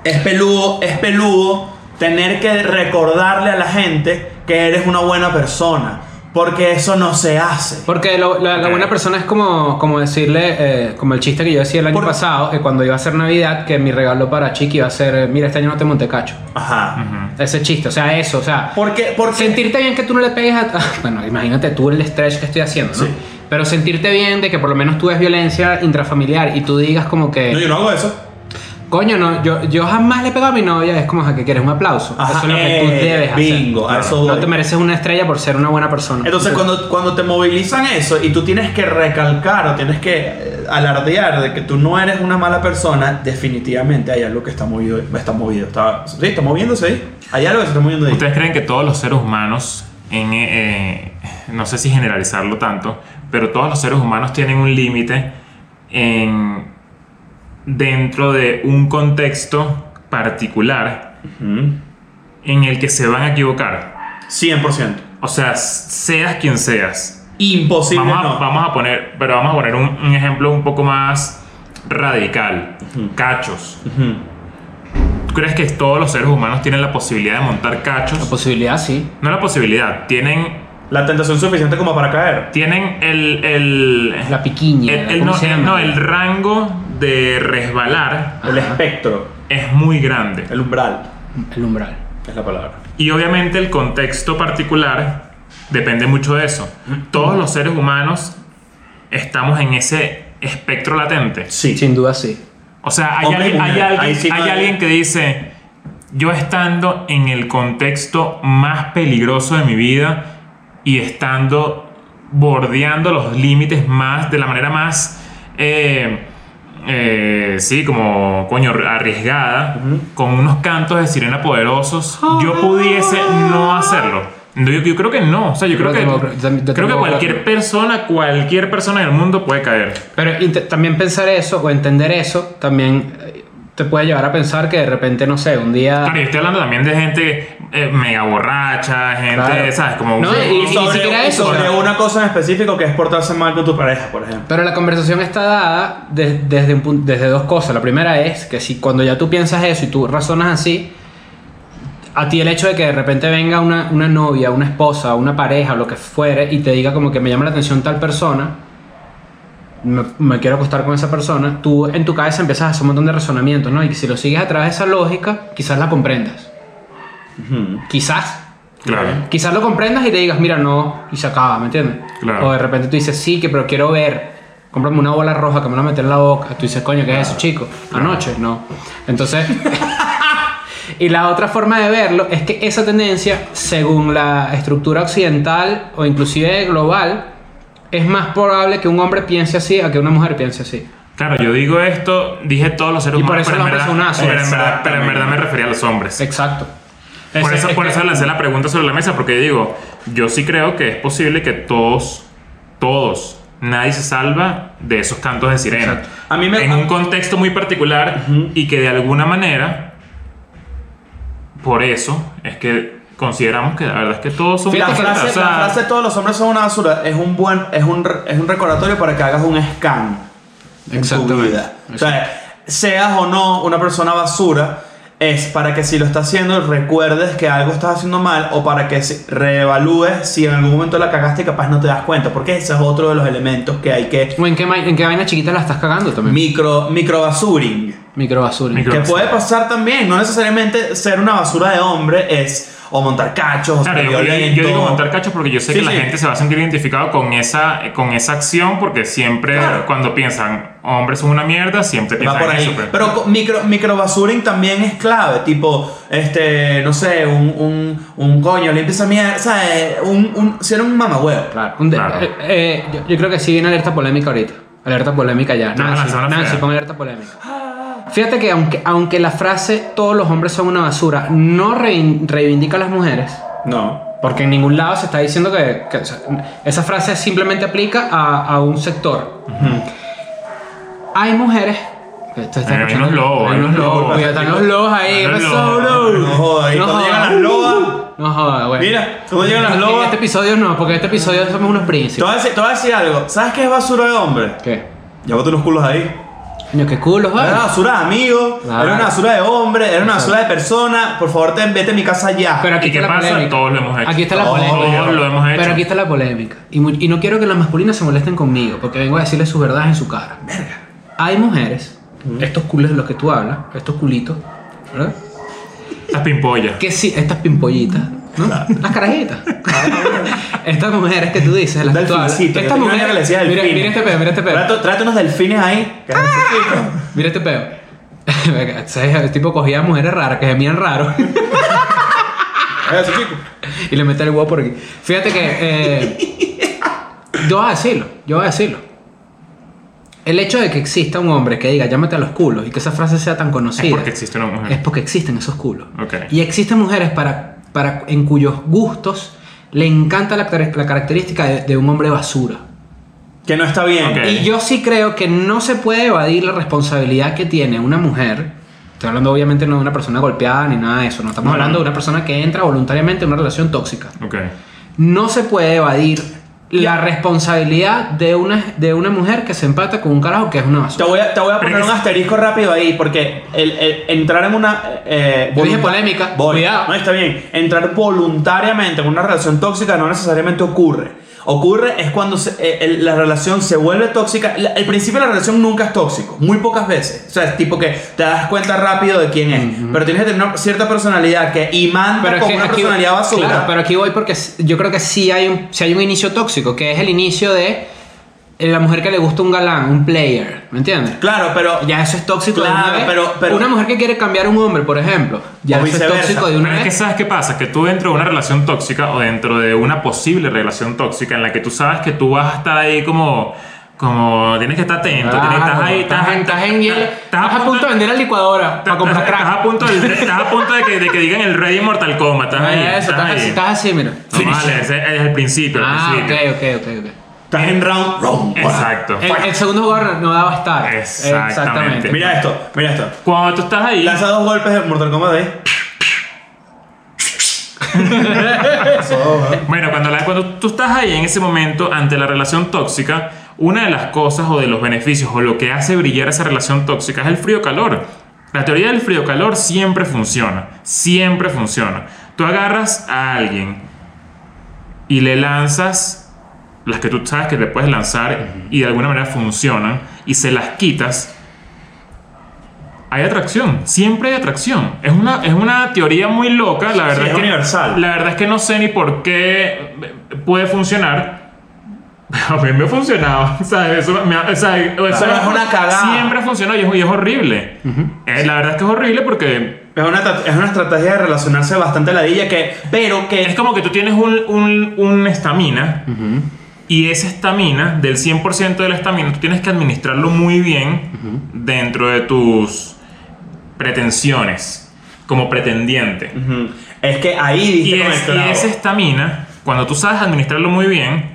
Es peludo, es peludo tener que recordarle a la gente que eres una buena persona. Porque eso no se hace. Porque lo- la, la Ok. buena persona es como, como decirle, eh, como el chiste que yo decía el año Por- pasado, que cuando iba a ser Navidad, que mi regalo para Chiqui iba a ser, eh, mira, este año no te monte cacho. Ajá. Ujú. Ese chiste, o sea, eso, o sea, Porque, porque sentirte bien que tú no le pegues a... ah, Bueno, imagínate tú el stretch que estoy haciendo, ¿no? Sí. Pero sentirte bien de que por lo menos tú ves violencia intrafamiliar y tú digas como que... No, yo no hago eso. Coño, no, yo, yo jamás le pego a mi novia, es como que quieres un aplauso. Ajá, eso es lo que tú eh, debes bingo, a hacer. eso no voy. te mereces una estrella por ser una buena persona. Entonces, cuando, cuando te movilizan eso y tú tienes que recalcar o tienes que eh, alardear de que tú no eres una mala persona, definitivamente hay algo que está movido. Está movido. Está, sí, está moviéndose ahí. Hay algo que se está moviendo ahí. ¿Ustedes creen que todos los seres humanos, en, eh, no sé si generalizarlo tanto, pero todos los seres humanos tienen un límite en- dentro de un contexto particular Ujú. en el que se van a equivocar? 100%. O sea, seas quien seas, Imposible vamos, a, no. vamos a poner, pero vamos a poner un, un ejemplo un poco más radical. Ujú. Cachos. Ujú. ¿Tú crees que todos los seres humanos tienen la posibilidad de montar La cachos? posibilidad, sí. No la posibilidad, tienen, La tentación suficiente como para caer. tienen el, el, La piquiña. el- el- ¿cómo no, se el- llama? no, el rango de resbalar El Ajá. espectro, es muy grande. el umbral, el umbral. es la palabra. Y obviamente el contexto particular depende mucho de eso. Todos los seres humanos estamos en ese espectro latente. Sí. Sin duda, sí. O sea, hay, Hombre y alguien, hay mujer, alguien- ahí sí no hay hay- alguien que dice, yo estando en el contexto más peligroso de mi vida y estando bordeando los límites más, de la manera más, eh, eh, sí, como coño, arriesgada, con unos cantos de sirena poderosos, yo pudiese no hacerlo. No, Yo, yo creo que no, o sea, yo, Yo creo, creo que, que no, yo también- yo creo que tampoco cualquier creo. persona, cualquier persona del mundo puede caer. Pero int- también pensar eso o entender eso también eh, te puede llevar a pensar que de repente, no sé, un día. Claro, yo estoy hablando también de gente eh, mega borracha, gente, Claro. ¿sabes? Como No, y- Y ni sobre, siquiera y eso, sobre ¿verdad? una cosa en específico que es portarse mal con tu pareja, por ejemplo. Pero la conversación está dada de- desde, un pun- desde dos cosas. La primera es que si cuando ya tú piensas eso y tú razonas así, a ti el hecho de que de repente venga una, una novia, una esposa, una pareja, lo que fuere, y te diga como que me llama la atención tal persona, me, me quiero acostar con esa persona, tú en tu cabeza empiezas a hacer un montón de razonamientos, ¿no? Y si lo sigues a través de esa lógica, quizás la comprendas. Quizás. Claro. Quizás lo comprendas y te digas, mira, no, y se acaba, ¿me entiendes? Claro. O de repente tú dices, sí, que pero quiero ver, cómprame una bola roja que me la meter en la boca. Tú dices, coño, ¿qué es eso, chico? Anoche, no. Entonces. y la otra forma de verlo es que esa tendencia, según la estructura occidental o inclusive global, es más probable que un hombre piense así a que una mujer piense así. Claro, yo digo esto, dije todos los seres Y por humanos. eso pero en los hombres verdad- son nazis. pero en verdad- pero en verdad me refería a los hombres. Exacto. Por Ese- eso, es por que- eso lancé la pregunta sobre la mesa, porque yo digo, yo sí creo que es posible que todos, todos, nadie se salva de esos cantos de sirena. Exacto. A mí me- En un contexto muy particular y que de alguna manera, por eso es que consideramos que la verdad es que todos son Fíjate La que- basura, frase, o sea, la frase todos los hombres son una basura es un buen es un, re- es un recordatorio para que hagas un scan en tu Exactamente. vida. O sea, seas o no una persona basura es para que si lo estás haciendo recuerdes que algo estás haciendo mal o para que si- reevalúes si en algún momento la cagaste y capaz no te das cuenta, porque ese es otro de los elementos que hay que ¿O en qué, ma- en qué vaina chiquita la estás cagando también? micro microbasuring. Microbasura. Micro- Que Creo que puede sí. pasar también, no necesariamente ser una basura de hombre es o montar cachos, o Claro, ser yo, yo- yo violento. digo montar cachos porque yo sé Sí, que la sí. gente se va a sentir identificado con esa, eh, con esa acción, porque siempre Claro. cuando piensan hombres son una mierda, siempre Va piensan por en ahí. eso. pues. pues. pero- Pero co- micro, microbasuring también es clave. Tipo, este, no sé, un, un, un coño, le empieza a mirar, ¿sabes? eh, Un, un, ser un mamahuevo. Claro. Un de- Claro. eh, eh, yo, yo creo que sí viene alerta polémica ahorita. Alerta polémica ya. No, Nancy, no, no, no, Nancy, no. pon alerta polémica. Fíjate que aunque, aunque la frase todos los hombres son una basura no rein- reivindica a las mujeres, No. porque en ningún lado se está diciendo que, que- o sea, esa frase simplemente aplica a, a un sector. Hay mujeres... esto está Hay escuchando- unos lobos, Hay unos lobos. lobos. Cuidado, están los lobos ahí. Hay unos ¿Qué pasó, lobos. bro? No jodas, y No cuando llegan jodas. las lobas. No jodas, güey. Mira, cuando llegan las En- En lobas. este episodio no, porque en este episodio somos unos Te príncipes. voy, a decir, te voy a decir algo. ¿Sabes qué es basura de hombre? ¿Qué? Llévate unos culos ahí. Coño, qué culos, Era una vale. basura de amigo, Claro. era una basura de hombre, era una Exacto. basura de persona. Por favor, te, vete a mi casa ya. Pero aquí ¿Y qué está la pasa? polémica. Todos lo hemos hecho. Aquí está la Todos polémica. lo hemos hecho. Pero aquí está la polémica. Y, mu- y no quiero que las masculinas se molesten conmigo, porque vengo a decirles su verdad en su cara. Hay mujeres, estos culos de los que tú hablas, estos culitos, ¿verdad? Estas pimpollas. Que sí, estas pimpollitas, ¿no? Las carajitas. estas mujeres que tú dices, Ah, las que tú hablas. Delfincito, que Estas tenía una que le mujeres. decía Mira, delfines. mira este pedo, mira este Ah. pedo. Trate, trate unos delfines ahí. que necesito. Mira este peo. Verga, ¿Sabes? El tipo cogía a mujeres raras que gemían raro Eso, chico. y le metía el huevo por aquí. Fíjate que. eh, yo voy a decirlo, yo voy a decirlo. El hecho de que exista un hombre que diga llámate a los culos y que esa frase sea tan conocida. Es porque existe una mujer. es porque existen esos culos. Ok. Y existen mujeres para, para, en cuyos gustos le encanta la, car- la característica de, de un hombre basura. Que no está bien. Ok. Y yo sí creo que no se puede evadir la responsabilidad que tiene una mujer. Estoy hablando obviamente no de una persona golpeada ni nada de eso. No estamos No, no. hablando de una persona que entra voluntariamente en una relación tóxica. Ok. No se puede evadir la responsabilidad de una, de una mujer que se empata con un carajo que es una Te basura. voy, a, te voy a Pero poner que- un asterisco rápido ahí, porque el, el entrar en una. Eh, Yo dije volunta- polémica, Voy. cuidado. No, está bien. Entrar voluntariamente en una relación tóxica no necesariamente ocurre. Ocurre es cuando se- eh, el- la relación se vuelve tóxica. La- el principio de la relación nunca es tóxico, muy pocas veces. O sea, es tipo que te das cuenta rápido de quién es. Pero tienes que tener una cierta personalidad que imanta Pero es con que una aquí- personalidad basura. claro, pero aquí voy porque s- yo creo que sí hay un, sí hay un inicio tóxico, que es el inicio de eh, la mujer que le gusta un galán, un player. ¿Me entiendes? Claro, pero- Ya eso es tóxico de Claro, una vez. pero- pero- una mujer que quiere cambiar a un hombre, por ejemplo, ya O eso es viceversa. tóxico de una Pero es que vez. sabes qué pasa, que tú dentro de una relación tóxica o dentro de una posible relación tóxica en la que tú sabes que tú vas a estar ahí como, como tienes que estar atento, tienes, Claro, estás ahí, estás, en- estás en hielo, estás- estás estás a punto de vender la licuadora para estás- comprar crack. Estás a punto, de, estás a punto de, que, de que digan el rey Mortal Kombat, estás ahí, estás Eso, estás, así, ahí. estás así, mira. No, vale, ese es el principio, el Ah, ok, principio. ok, ok, ok. Estás en round. round one. Exacto. El, el segundo jugador no daba estar. Exactamente. Mira esto, mira esto. Cuando tú estás ahí, Lanza dos golpes de Mortal Kombat ahí. Bueno, cuando, la- cuando tú estás ahí en ese momento ante la relación tóxica, una de las cosas o de los beneficios o lo que hace brillar esa relación tóxica es el frío-calor. La teoría del frío-calor siempre funciona, siempre funciona. Tú agarras a alguien y le lanzas las que tú sabes que te puedes lanzar y de alguna manera funcionan, y se las quitas, hay atracción, siempre hay atracción. Es una, es una teoría muy loca, la verdad es es que universal. La verdad es que no sé ni por qué puede funcionar. A mí me ha funcionado. O sea, eso, me ha- o sea, eso Pero es una cagada. Siempre ha funcionado y es, y es horrible. Eh, la verdad es que es horrible porque Es una, tra- es una estrategia de relacionarse bastante ladilla que, pero que es como que tú tienes un, un, un estamina y esa estamina, del 100% de la estamina, tú tienes que administrarlo muy bien dentro de tus pretensiones como pretendiente. Ujú. es que ahí diste y, con el es- y clavo. esa estamina, cuando tú sabes administrarlo muy bien,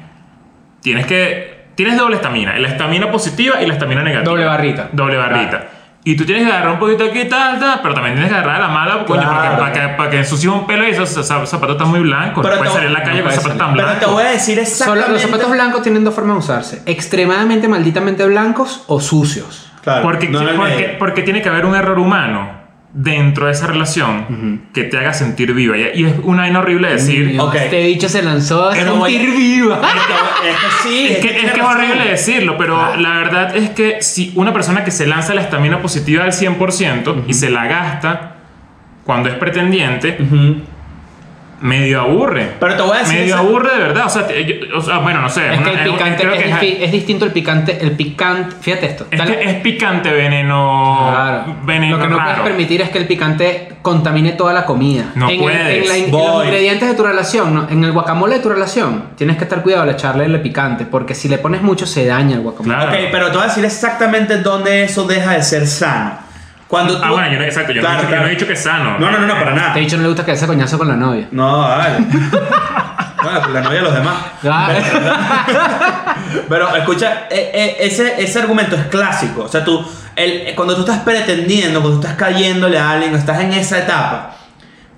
tienes que. Tienes doble estamina: la estamina positiva y la estamina negativa. Doble barrita. Doble barrita. Y tú tienes que agarrar un poquito aquí, tal, tal, pero también tienes que agarrar la mala, coño, Claro. porque para que, para que ensucies un pelo y esos zap- zapatos están muy blancos. Pero no puedes te- salir en la calle con no puedes zapatos tan Pero blancos. te voy a decir Solo exactamente. los zapatos blancos tienen dos formas de usarse: extremadamente malditamente blancos o sucios. Claro, Porque, no en el porque- medio. porque tiene que haber un error humano dentro de esa relación que te haga sentir viva. Y y es una vaina horrible decir. Dios, Ok. Este bicho se lanzó a Pero voy- sentir viva. Es que- es que sí. Es que, tiene es que es razón. horrible decirlo, pero la verdad es que si una persona que se lanza la estamina positiva al 100% y se la gasta cuando es pretendiente, Ujú. medio aburre. Pero te voy a decir. Medio esa- aburre de verdad. O sea, te- yo- o sea, bueno, no sé. Es que una- el es- picante creo es, que difi- es distinto el picante, el picante, fíjate esto. es tal- que es picante veneno. Claro. Veneno Lo que no raro. puedes permitir es que el picante contamine toda la comida. No en, puedes. en la- en los Voy. ingredientes de tu relación, ¿no? en el guacamole de tu relación, tienes que estar cuidado al echarle el picante, porque si le pones mucho se daña el guacamole. Claro. Ok, pero te voy a decir exactamente dónde eso deja de ser sano. Cuando Ah, tú- bueno, yo no, exacto. Yo, Claro, no, he dicho, yo claro. no he dicho que es sano. No, no, no, no, para nada. Te he dicho Este no le gusta que ese coñazo con la novia. No, vale. bueno, pues la novia de los demás. Pero escucha, eh, eh, ese, ese argumento es clásico. O sea, tú, el, eh, cuando tú estás pretendiendo, cuando tú estás cayéndole a alguien, estás en esa etapa,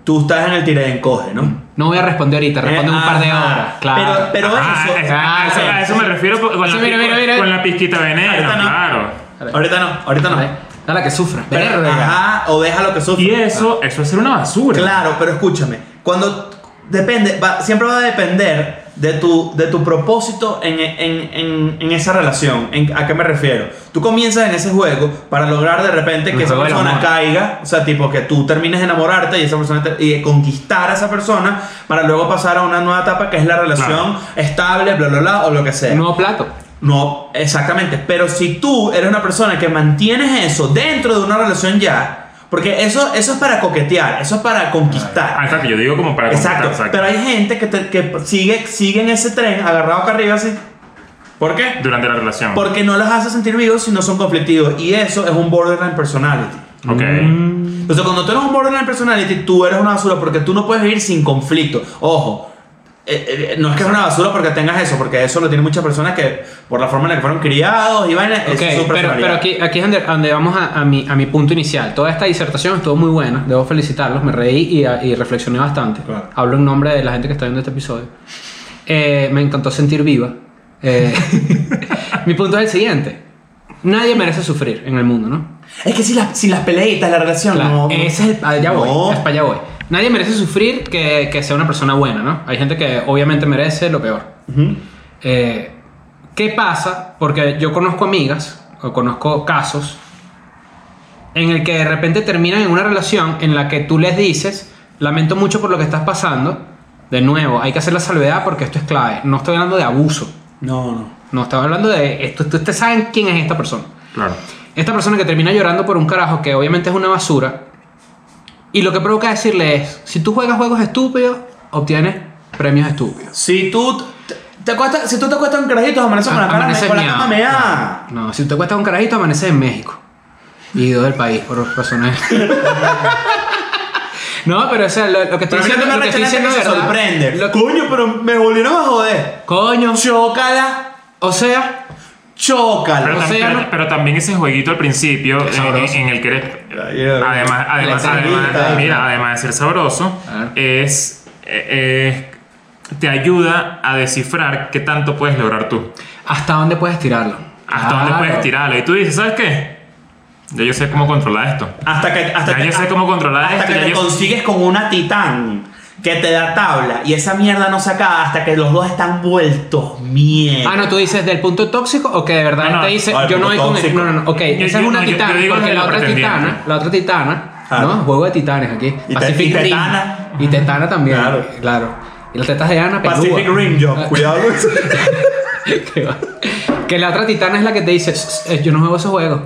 tú estás en el tira de encoge, ¿no? No voy a responder ahorita, responde en un par de Ajá. horas. Claro. Ah, Pero, pero Ah, eso. es- a eso- a eso me refiero con la, Sí, mira, mira, mira. con la pizquita veneno, Ahorita no. claro. Ahorita no, ahorita Dale, no. dale que sufra. Pero, Verga. ajá, o déjalo que sufra. Y eso, eso es ser una basura. Claro, pero escúchame, cuando depende, va- siempre va a depender de tu, de tu propósito en, en- en- en esa relación. En- ¿A qué me refiero? Tú comienzas en ese juego para lograr de repente El que esa juego del persona amor. caiga, o sea, tipo que tú termines de enamorarte y esa persona te- y conquistar a esa persona para luego pasar a una nueva etapa que es la relación estable, bla, bla, bla, o lo que sea. Un nuevo plato. No, exactamente. Pero si tú eres una persona que mantienes eso dentro de una relación ya, porque eso, eso es para coquetear, eso es para Ah, conquistar. exacto, yo digo como para Exacto. completar, Pero hay gente que, te- que sigue, sigue en ese tren agarrado acá arriba así. ¿Por qué? Durante la relación. Porque no los hace sentir vivos si no son conflictivos. Y eso es un borderline personality. Ok. Mm. Mm. Entonces, cuando tú eres un borderline personality, tú eres una basura porque tú no puedes vivir sin conflicto. Ojo, eh, eh, no es que es una basura porque tengas eso, porque eso lo tienen muchas personas que, por la forma en la que fueron criados y vainas, Ok, esa es su pero, personalidad. pero aquí, aquí es donde, donde vamos a, a mi, a mi punto inicial. Toda esta disertación estuvo muy buena, debo felicitarlos, me reí y, a- y reflexioné bastante. Claro. Hablo en nombre de la gente que está viendo este episodio. Eh, me encantó sentir viva. Eh, mi punto es el siguiente. Nadie merece sufrir en el mundo, ¿no? Es que si las, si las peleitas, la relación, no. Claro, ese es el. Allá voy, No. es para allá voy. Nadie merece sufrir que, que sea una persona buena, ¿no? Hay gente que obviamente merece lo peor. Eh, ¿Qué pasa? Porque yo conozco amigas o conozco casos en el que de repente terminan en una relación en la que tú les dices, lamento mucho por lo que estás pasando. De nuevo, hay que hacer la salvedad porque esto es clave. No estoy hablando de abuso. No, no. No estoy hablando de esto. Ustedes saben quién es esta persona. Claro. Esta persona que termina llorando por un carajo que obviamente es una basura. Y lo que provoca decirle es, si tú juegas juegos estúpidos, obtienes premios estúpidos. Si tú te, te acuestas, si tú te acuestas un carajito, amaneces con la cara Ah, Amaneces con la meado. cama meada. No, si te cuesta un carajito, amaneces en México. Y dos del país, por razones. no, pero o sea, lo, lo que estoy Pero diciendo, mira lo que que estoy me diciendo que es se verdad. sorprende. Lo- Coño, pero me volvieron a joder. coño. Chócala, O sea, Pero, chócala. O tam- sea, pero- no- pero también ese jueguito al principio en, sabroso. en- en el que eres. yeah. Además, además, La además- salivita. mira, además de ser sabroso, Claro. es, eh, es- Te ayuda a descifrar qué tanto puedes lograr tú. ¿hasta dónde puedes tirarlo? Hasta Claro. dónde puedes tirarlo. Y tú dices, ¿sabes qué? Ya yo sé cómo controlar esto. Hasta que, hasta Ya que, yo sé cómo controlar hasta esto. que ya te yo- consigues con una titán que te da tabla y esa mierda no se acaba hasta que los dos están vueltos mierda. Ah, no, tú dices del punto tóxico o que de verdad No, no, te dice, ah, el yo punto no voy con el- tóxico. No, no, no, ok, Yo- esa yo- es una no, yo- yo titana, digo porque de la la otra pretendiente. titana, la otra titana, Claro. ¿no? Juego de titanes aquí. Y te- Pacific y Rim. tetana. Y tetana también, claro. Claro. Y las tetas de Ana, Pacific pelúa. Rim Job, Ah. cuidado con eso. que, va. Que la otra titana es la que te dice, "S- s- yo no juego esos juegos.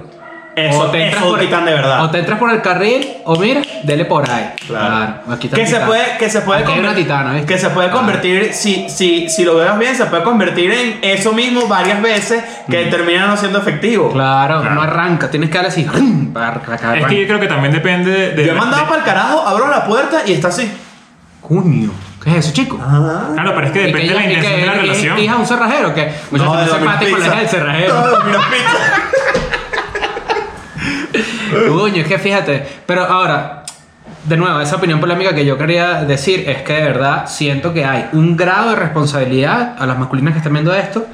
Eso, eso es un el- titán de verdad. O te entras por el carril, o mira, dele por ahí. Claro. aquí está que, el se titán. puede, que se puede Aquí hay una conver- titana, ¿viste? Ah. que se puede Claro. convertir, si, si, si lo veas bien, se puede convertir en eso mismo varias veces que termina no siendo efectivo. Mm. Claro, Claro. no arranca, tienes que darle así ¡rum! para que Es arranque. que yo creo que también depende de. de- Yo he mandado de- para el carajo, abro la puerta y está así. Coño, ¿qué es eso, chico? Ah. Claro, pero es que Y depende de la ella- y intención de la y- relación. y- hija de un cerrajero que muchachos, no, se Domino's maten con Pizza. la hija del cerrajero. No, Domino's Pizza. Coño, es que fíjate. Pero ahora, de nuevo, esa opinión polémica que yo quería decir es que de verdad siento que hay un grado de responsabilidad a las masculinas que están viendo esto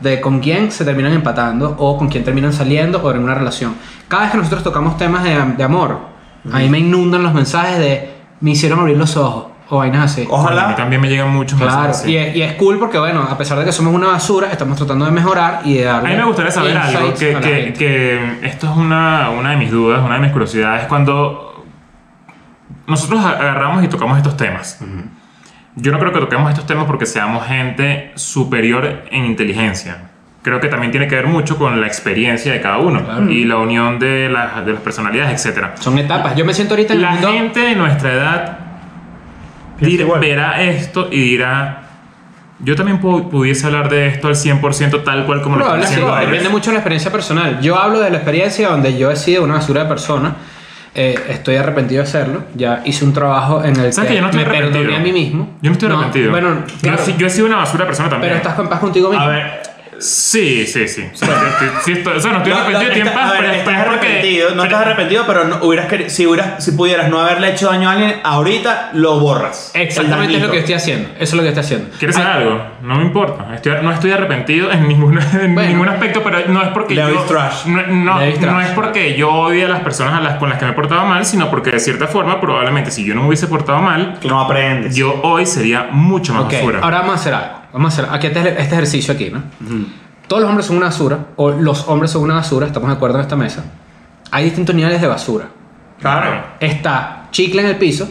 de con quién se terminan empatando o con quién terminan saliendo o en una relación. Cada vez que nosotros tocamos temas de, de amor, a mí me inundan los mensajes de me hicieron abrir los ojos o vainas así. A mí Ojalá. también me llegan muchos Claro, mensajes, sí. y, es, y es cool porque, bueno, a pesar de que somos una basura, estamos tratando de mejorar y de darle. A mí me gustaría saber algo, insights que, a la que- gente. que esto es una, una de mis dudas, una de mis curiosidades, cuando nosotros agarramos y tocamos estos temas. Yo no creo que toquemos estos temas porque seamos gente superior en inteligencia. Creo que también tiene que ver mucho con la experiencia de cada uno Claro. y la unión de las, de las personalidades, etc. Son etapas. Yo me siento ahorita en el La Este mundo- gente de nuestra edad Piensa dir- igual. verá esto y dirá, yo también pu- pudiese hablar de esto al 100% tal cual como lo están Probable, sí, haciendo ellos". depende mucho de la experiencia personal. Yo hablo de la experiencia donde yo he sido una basura de persona. eh, estoy arrepentido de hacerlo. Ya hice un trabajo en el ¿Sabes que yo no estoy me perdoné arrepentido? a mí mismo. Yo no estoy arrepentido. Bueno, Yo claro, sí- yo, he sido una basura persona también. pero estás en paz contigo mismo. A ver. Sí, sí, sí. O sea, estoy- sí estoy- o sea, no estoy No, no, arrepentido, estoy en está- paz, a ver, pero estás pero porque- arrepentido, pero- no estás arrepentido, pero no, hubieras queri- si, hubieras, si pudieras no haberle hecho daño a alguien, ahorita lo borras. El Exactamente es lo dañito. que estoy haciendo. Eso es lo que estoy haciendo. ¿Quieres Ay, saber algo? No me importa. Estoy- no estoy arrepentido en ningún, en Bueno. ningún aspecto, pero no es porque Levis yo... trash. No, no- Levis trash. no es porque yo odie a las personas a las, con las que me he portado mal, sino porque de cierta forma, probablemente, si yo no me hubiese portado mal, Que no aprendes. yo hoy sería mucho más Ok, basura. ahora vamos a hacer algo. Vamos a hacer aquí este, este ejercicio aquí, ¿no? Todos los hombres son una basura, o los hombres son una basura, estamos de acuerdo en esta mesa. Hay distintos niveles de basura. Claro. Está chicle en el piso,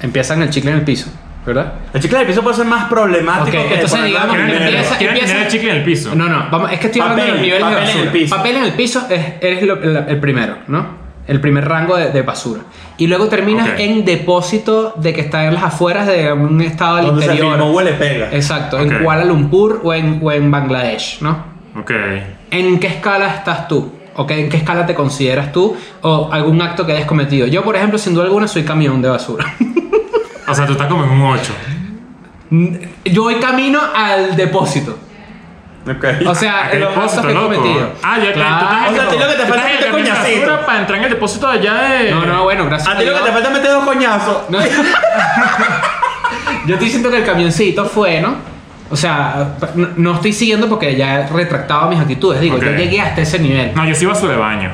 empiezan el chicle en el piso, ¿verdad? El chicle del piso puede ser más problemático. Ok, que entonces ponerlo digamos en ¿Quieren que tener, el dinero. empieza- quieren tener empieza- el chicle en el piso? No, no, vamos, es que estoy hablando de los Papel, niveles de papel en basura. el piso. Papel en el piso es, eres lo- la- el primero, ¿no? El primer rango de, de basura. Y luego terminas Ok. en depósito de que está en las afueras de un estado del Donde se interior. filmó huele pega. Exacto, en Ok. Kuala Lumpur o en, o en Bangladesh, ¿no? Ok. ¿En qué escala estás tú? ¿Ok? ¿En qué escala te consideras tú? ¿O algún acto que hayas cometido? Yo, por ejemplo, sin duda alguna, soy camión de basura. O sea, tú estás como en un 8. Yo voy camino al depósito. Ok. O sea, ¿Qué los actos depósito, que he loco? cometido. Ah, ya, claro. tú Claro. estás O sea, a ti lo que te tú falta estás es en este el camino de coñacito. basura para entrar en el depósito de allá de... No, no, bueno, gracias. A ti lo que Dios. te falta es meter dos coñazos. No. Yo estoy diciendo que el camioncito fue, ¿no? O sea, no- no estoy siguiendo porque ya he retractado mis actitudes. Digo, Ok. yo llegué hasta ese nivel. No, yo sí basura de baño.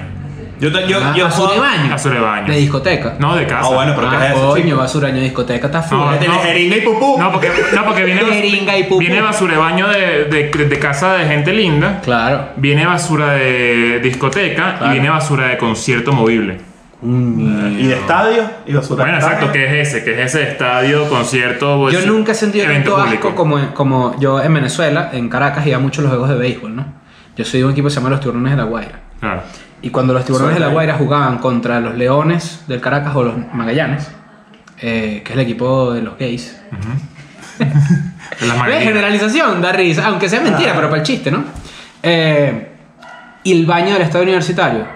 Yo, te- yo, Ah, yo basura de puedo- baño. Basura de baño. De discoteca. No, de casa. Ah, bueno, pero ¿qué Ah, es eso? coño, chico? basura de discoteca está full. ¿eh? No, Tiene jeringa y pupú. No, porque, no, porque viene, Jeringa y pupú. viene basura de baño de, de- de casa de gente linda. Claro. Viene basura de discoteca Claro. y viene basura de concierto movible. Y de estadio y basura. Bueno, de exacto, estadio. que es ese, que es ese estadio, concierto, Yo pues, nunca he sentido evento tanto asco público. como, como yo en Venezuela, en Caracas, iba mucho a los juegos de béisbol, ¿no? Yo soy de un equipo que se llama Los Tiburones de la Guaira. Claro. Y cuando los tiburones de la Suerte. Guaira jugaban contra los leones del Caracas o los magallanes, eh, que es el equipo de los gays. De las ¿Ves? magdalenas. Generalización, da risa. Aunque sea mentira, Ah. pero para el chiste, ¿no? Eh, y el baño del estadio universitario.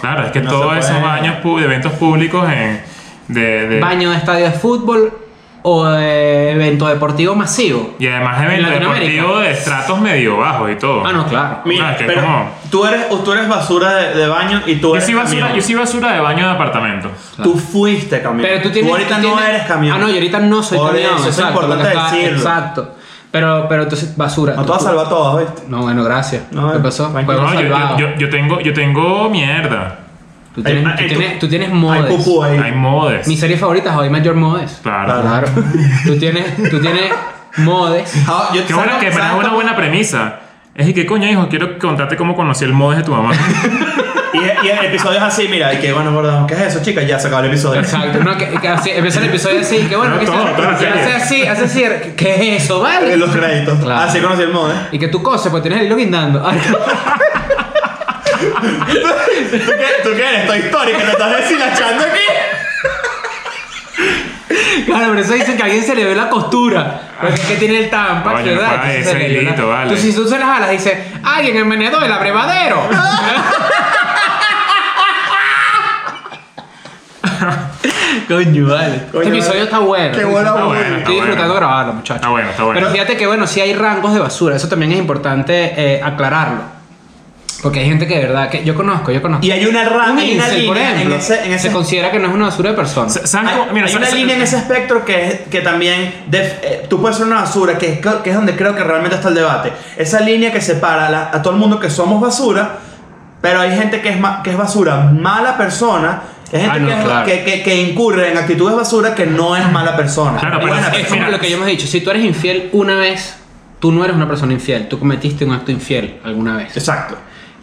Claro, es que No se todos puede. esos baños pu- de eventos públicos en, de, de- Baño de estadio de fútbol o de evento deportivo masivo. y además de en eventos Latinoamérica. deportivos de estratos medio bajos y todo. Ah, no, claro. Mira, Ah, que pero como- tú, eres, tú eres basura de, de baño y tú Yo eres soy, basura, camión. yo soy basura de baño de apartamento. Tú fuiste camión. Pero tú tienes. ahorita tú no tienes- eres camión. Ah, no, yo ahorita no soy Por camión. eso, eso es exacto, importante lo que está- decirlo. Exacto. Pero, pero entonces, basura. No te vas a Tú- salvar todas, ¿viste? No, bueno, gracias. No, ¿Qué pasó? tranquilo. No, Juego yo, salvado. yo- yo- yo tengo, yo tengo mierda. Tú tienes, Hay- tú hay- tienes, tú tienes Hay modes. pupú ahí. Hay modes. Mi serie favorita es Hoy Mayor Modes. Claro. Claro. Tú tienes, tú tienes modes. Ah, yo- Qué ¿sabes- bueno que me sabes das una cómo- buena premisa. Es y que coño, hijo, quiero contarte cómo conocí el modes de tu mamá. Y, y el episodio es así, mira, y que bueno, gordo, ¿qué es eso, chicas? Ya se acabó el episodio. Exacto, no, que, que así, empieza el episodio así, que bueno, No, que todo, sea- toda la que serie. hace así, hace así, ¿qué es eso, En vale? los créditos. Claro. Así conocí el mod, ¿eh? Y que tú coses, pues tienes el hilo guindando. Ay, ¿Tú qué, tú qué eres? Toy Story, que te estás deshilachando aquí. Claro, pero eso dicen que a alguien se le ve la costura. Porque es que tiene el tampa, Coño, ¿verdad? no, Entonces ese se le ve la- hilito, vale. Entonces, si tú se las alas, dice, alguien en Menedor, el abrevadero. Coño, vale. Coño, este episodio vale. está bueno. Qué buena Está bueno, buena. está Estoy disfrutando bueno. grabarlo, muchachos. Está bueno, está bueno. Pero fíjate que, bueno, sí hay rangos de basura. Eso también es importante eh, aclararlo. Porque hay gente que, de verdad, que yo conozco, yo conozco. Y hay una Un rama, hay una incel, por línea en ejemplo, ese, en ese se considera que no es una basura de persona. S- ¿Sabes Hay, cómo? Mira, hay sa- una sa- línea en ese espectro que, es- que también def- eh, tú puedes ser una basura, que, es co- que es donde creo que realmente está el debate. Esa línea que separa a, la- a todo el mundo que somos basura, pero hay gente que es, ma- que es basura, mala persona. Hay gente Ah, no, que, es- claro. que, que- que incurre en actitudes basura que no es mala persona. Claro, pero Buena es- Es persona. como Mira. lo que yo hemos dicho, si tú eres infiel una vez, tú no eres una persona infiel, tú cometiste un acto infiel alguna vez. Exacto.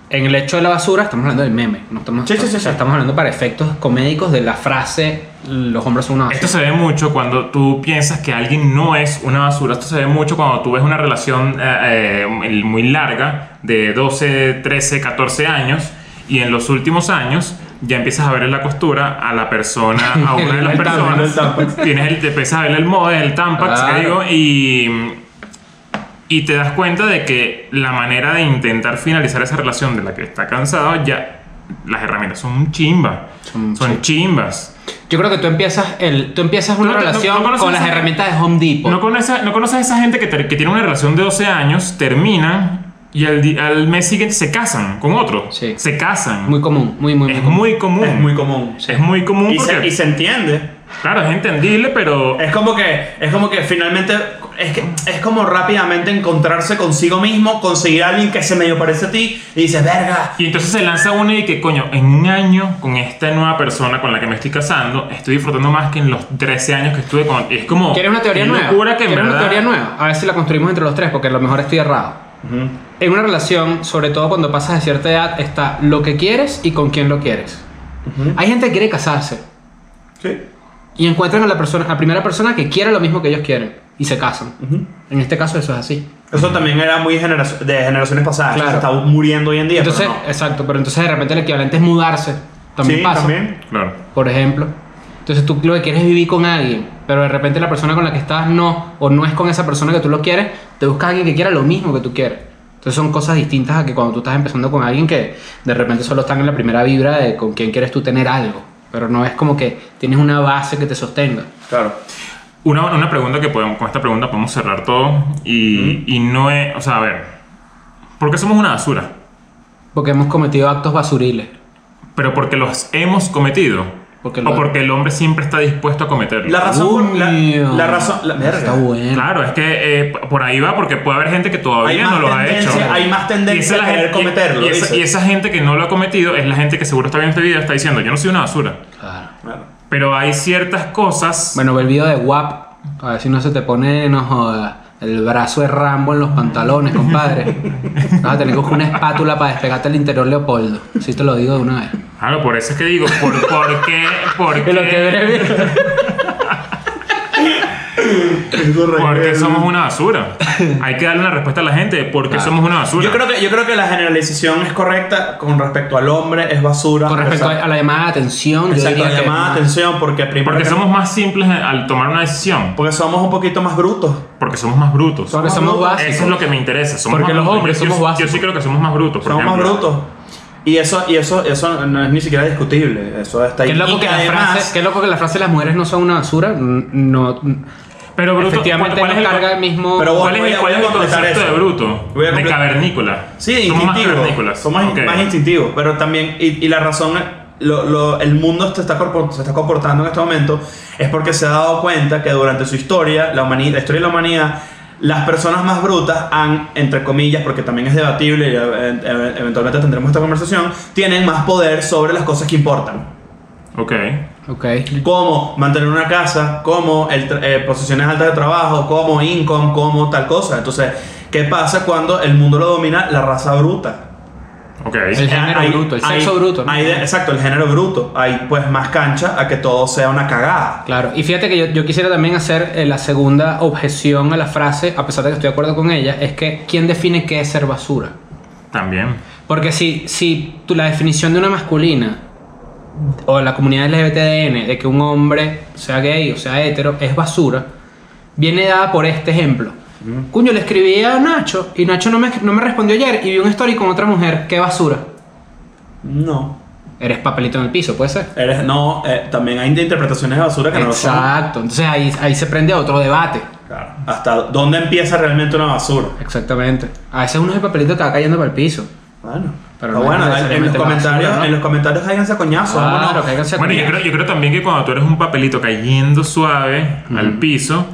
En el hecho de la basura estamos hablando del meme, no estamos, Sí, sí, sí, o sea, sí. estamos hablando para efectos comédicos de la frase los hombres son una basura. Esto se ve mucho cuando tú piensas que alguien no es una basura. Esto se ve mucho cuando tú ves una relación eh, eh, muy larga de 12, 13, 14 años y en los últimos años ya empiezas a verle la costura a la persona, a una de las El Tampax, personas. el Tampax. Tienes el, te empiezas a verle el mod, el Tampax, que Claro. digo, y, y te das cuenta de que la manera de intentar finalizar esa relación de la que está cansado ya... Las herramientas son un chimba. Son- son sí. chimbas. Yo creo que tú empiezas el tú empiezas una no- no- relación no conoces con las esa- herramientas de Home Depot. No conoces, no conoces a esa gente que, ter- que tiene una relación de 12 años, terminan y al, di- al mes siguiente se casan con otro. Sí. Se casan. muy común, muy muy, muy es común. muy común. Es muy común. Es muy común Y porque, se, y se entiende. claro, es entendible, pero Es como que, es como que finalmente, es, que, es como rápidamente encontrarse consigo mismo, conseguir a alguien que se medio parece a ti y dices, verga. Y entonces se lanza una y que, coño, en un año con esta nueva persona con la que me estoy casando, estoy disfrutando más que en los 13 años que estuve con... Es como... ¿Quieres una teoría qué nueva? locura que en ¿Quieres una verdad- teoría nueva? A ver si la construimos entre los tres, porque a lo mejor estoy errado. En una relación, sobre todo cuando pasas de cierta edad, está lo que quieres y con quién lo quieres. Hay gente que quiere casarse Sí. y encuentran a la persona, a primera persona que quiere lo mismo que ellos quieren y se casan. En este caso eso es así. Eso también era muy generazo- de generaciones pasadas. Eso Claro. está muriendo hoy en día. Entonces, pero no. exacto, pero entonces de repente el equivalente es mudarse. También sí, pasa. también. Claro. Por ejemplo. Entonces tú lo que quieres es vivir con alguien, pero de repente la persona con la que estás no, o no es con esa persona que tú lo quieres, te buscas a alguien que quiera lo mismo que tú quieres. Entonces son cosas distintas a que cuando tú estás empezando con alguien que de repente solo están en la primera vibra de con quién quieres tú tener algo, pero no es como que tienes una base que te sostenga. Claro. Una, una pregunta que podemos, con esta pregunta podemos cerrar todo y, y no es, o sea, a ver, ¿por qué somos una basura? Porque hemos cometido actos basuriles. Pero porque los hemos cometido. Porque o lo- porque el hombre siempre está dispuesto a cometerlos. La razón por- la, Coño. la razón. La, verga. Está bueno. Claro, es que eh, por ahí va porque puede haber gente que Hay todavía más no lo ha hecho. tendencia- hay más tendencia Y esa es la a querer gente- y- cometerlo, Y esa, dices. y esa gente que no lo ha cometido es la gente que seguro está viendo este video y está diciendo, yo no soy una basura. Claro. Claro. Pero hay ciertas cosas... Bueno, ve el video de WAP. A ver si no se te pone, no jodas, el brazo de Rambo en los pantalones, compadre. Vas a tener que buscar una espátula para despegarte el interior Leopoldo. Si te lo digo de una vez. Claro, por eso es que digo, ¿por, por qué? ¿Por qué? ¿Por qué somos una basura? Hay que darle una respuesta a la gente de por qué Claro. somos una basura. Yo creo, que, yo creo que la generalización es correcta con respecto al hombre, es basura. Con respecto Exacto. a la llamada de atención, yo Exacto, diría la que llamada de más- atención, porque primero. Porque que- somos más simples al tomar una decisión. porque somos un poquito más brutos. Porque somos más brutos. Porque somos básicos. Eso es lo que me interesa. somos Porque más los brutos. hombres Yo- yo- somos básicos. Yo sí creo que somos más brutos. por Somos más ejemplo. brutos. Y eso, y eso, eso no es ni siquiera discutible. Eso está ahí. Qué Y loco, que la además- frase, qué loco que la frase las mujeres no son una basura. n- No. Pero bruto, efectivamente ¿cuál, cuál no es el- carga el mismo. Pero vos- ¿Cuál es, Voy a- el- cuál voy a es el completar concepto eso. de bruto? Voy a de comple- cavernícola. Sí, Somos más instintivo. cavernícolas. Somos Ok. más instintivos. Pero también, y, y la razón, lo- lo- el mundo se está, corpo- se está comportando en este momento es porque se ha dado cuenta que durante su historia, la, humanidad, la historia de la humanidad, Las personas más brutas han, entre comillas, porque también es debatible y eh, eh, eventualmente tendremos esta conversación, tienen más poder sobre las cosas que importan. Ok. Ok. Como mantener una casa, como el tra- eh, posiciones altas de trabajo, como income, como tal cosa. Entonces, ¿qué pasa cuando el mundo lo domina la raza bruta? Ok. El género bruto, el sexo bruto, ¿no? Eh, hay de- exacto, el género bruto. Hay pues más cancha a que todo sea una cagada. Claro, y fíjate que yo, yo quisiera también hacer eh, la segunda objeción a la frase, a pesar de que estoy de acuerdo con ella, es que ¿quién define qué es ser basura? También. Porque si, si tú, la definición de una masculina o de la comunidad LGBTN de que un hombre sea gay o sea hetero es basura, viene dada por este ejemplo. Cuño, le escribí a Nacho y Nacho no me, no me respondió ayer y vi un story con otra mujer, qué basura. No. Eres papelito en el piso, puede ser. Eres, no, eh, también hay de interpretaciones de basura que no lo son. Exacto, entonces ahí, ahí se prende otro debate. Claro. ¿Hasta dónde empieza realmente una basura? Exactamente. A veces uno es el papelito que va cayendo para el piso. Bueno, pero, Pero no bueno, es en los necesariamente comentarios, basura, ¿no? en los comentarios háganse a coñazo. vámonos. cáiganse a Bueno, yo comer. creo, yo creo también que cuando tú eres un papelito cayendo suave al piso,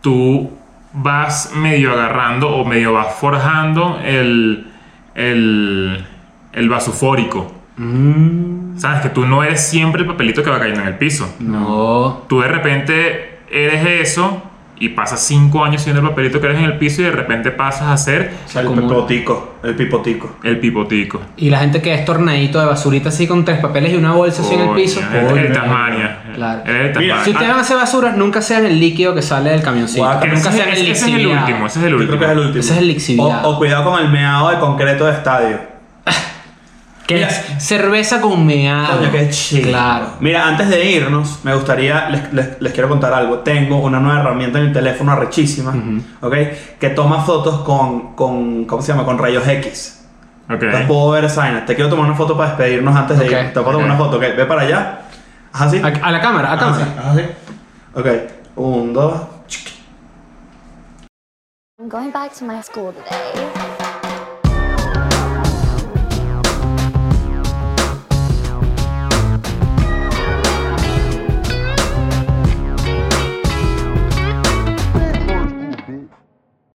tú vas medio agarrando o medio vas forjando el, el, el vasofórico. Mm, Sabes que tú no eres siempre el papelito que va cayendo en el piso. No. Tú de repente eres eso y pasas cinco años siendo el papelito que eres en el piso y de repente pasas a ser el Como- pipotico, el pipotico. el pipotico. Y la gente que es tornadito de basurita así con tres papeles y una bolsa así en el Coño, piso. eres Coño, el Tasmania. Claro. Eres el Mira, Tasmania. Ah, Si ustedes van a hacer basura, nunca sean el líquido que sale del camioncito. Guau, que nunca ese, sean el ese- ese es el lixiviado. último, ese es el Yo último. creo que es el último. Ese es el lixiviado. O, o cuidado con el meado de concreto de estadio. Que Mira. es cerveza con meado. Coño, qué chido. Ah, Claro. Mira, antes de irnos, me gustaría, les, les- les quiero contar algo. Tengo una nueva herramienta en el teléfono arrechísima, ¿ok? Que toma fotos con, con, ¿cómo se llama? Con rayos X. Ok. Las puedo ver esa vaina. Te quiero tomar una foto para despedirnos antes de Ok, ir. Te puedo tomar ok. una foto, ¿ok? Ve para allá. Haz así. A, a la cámara, a Ah, Haz así, cámara. haz así. Ok. Un, dos. I'm going back to my school today.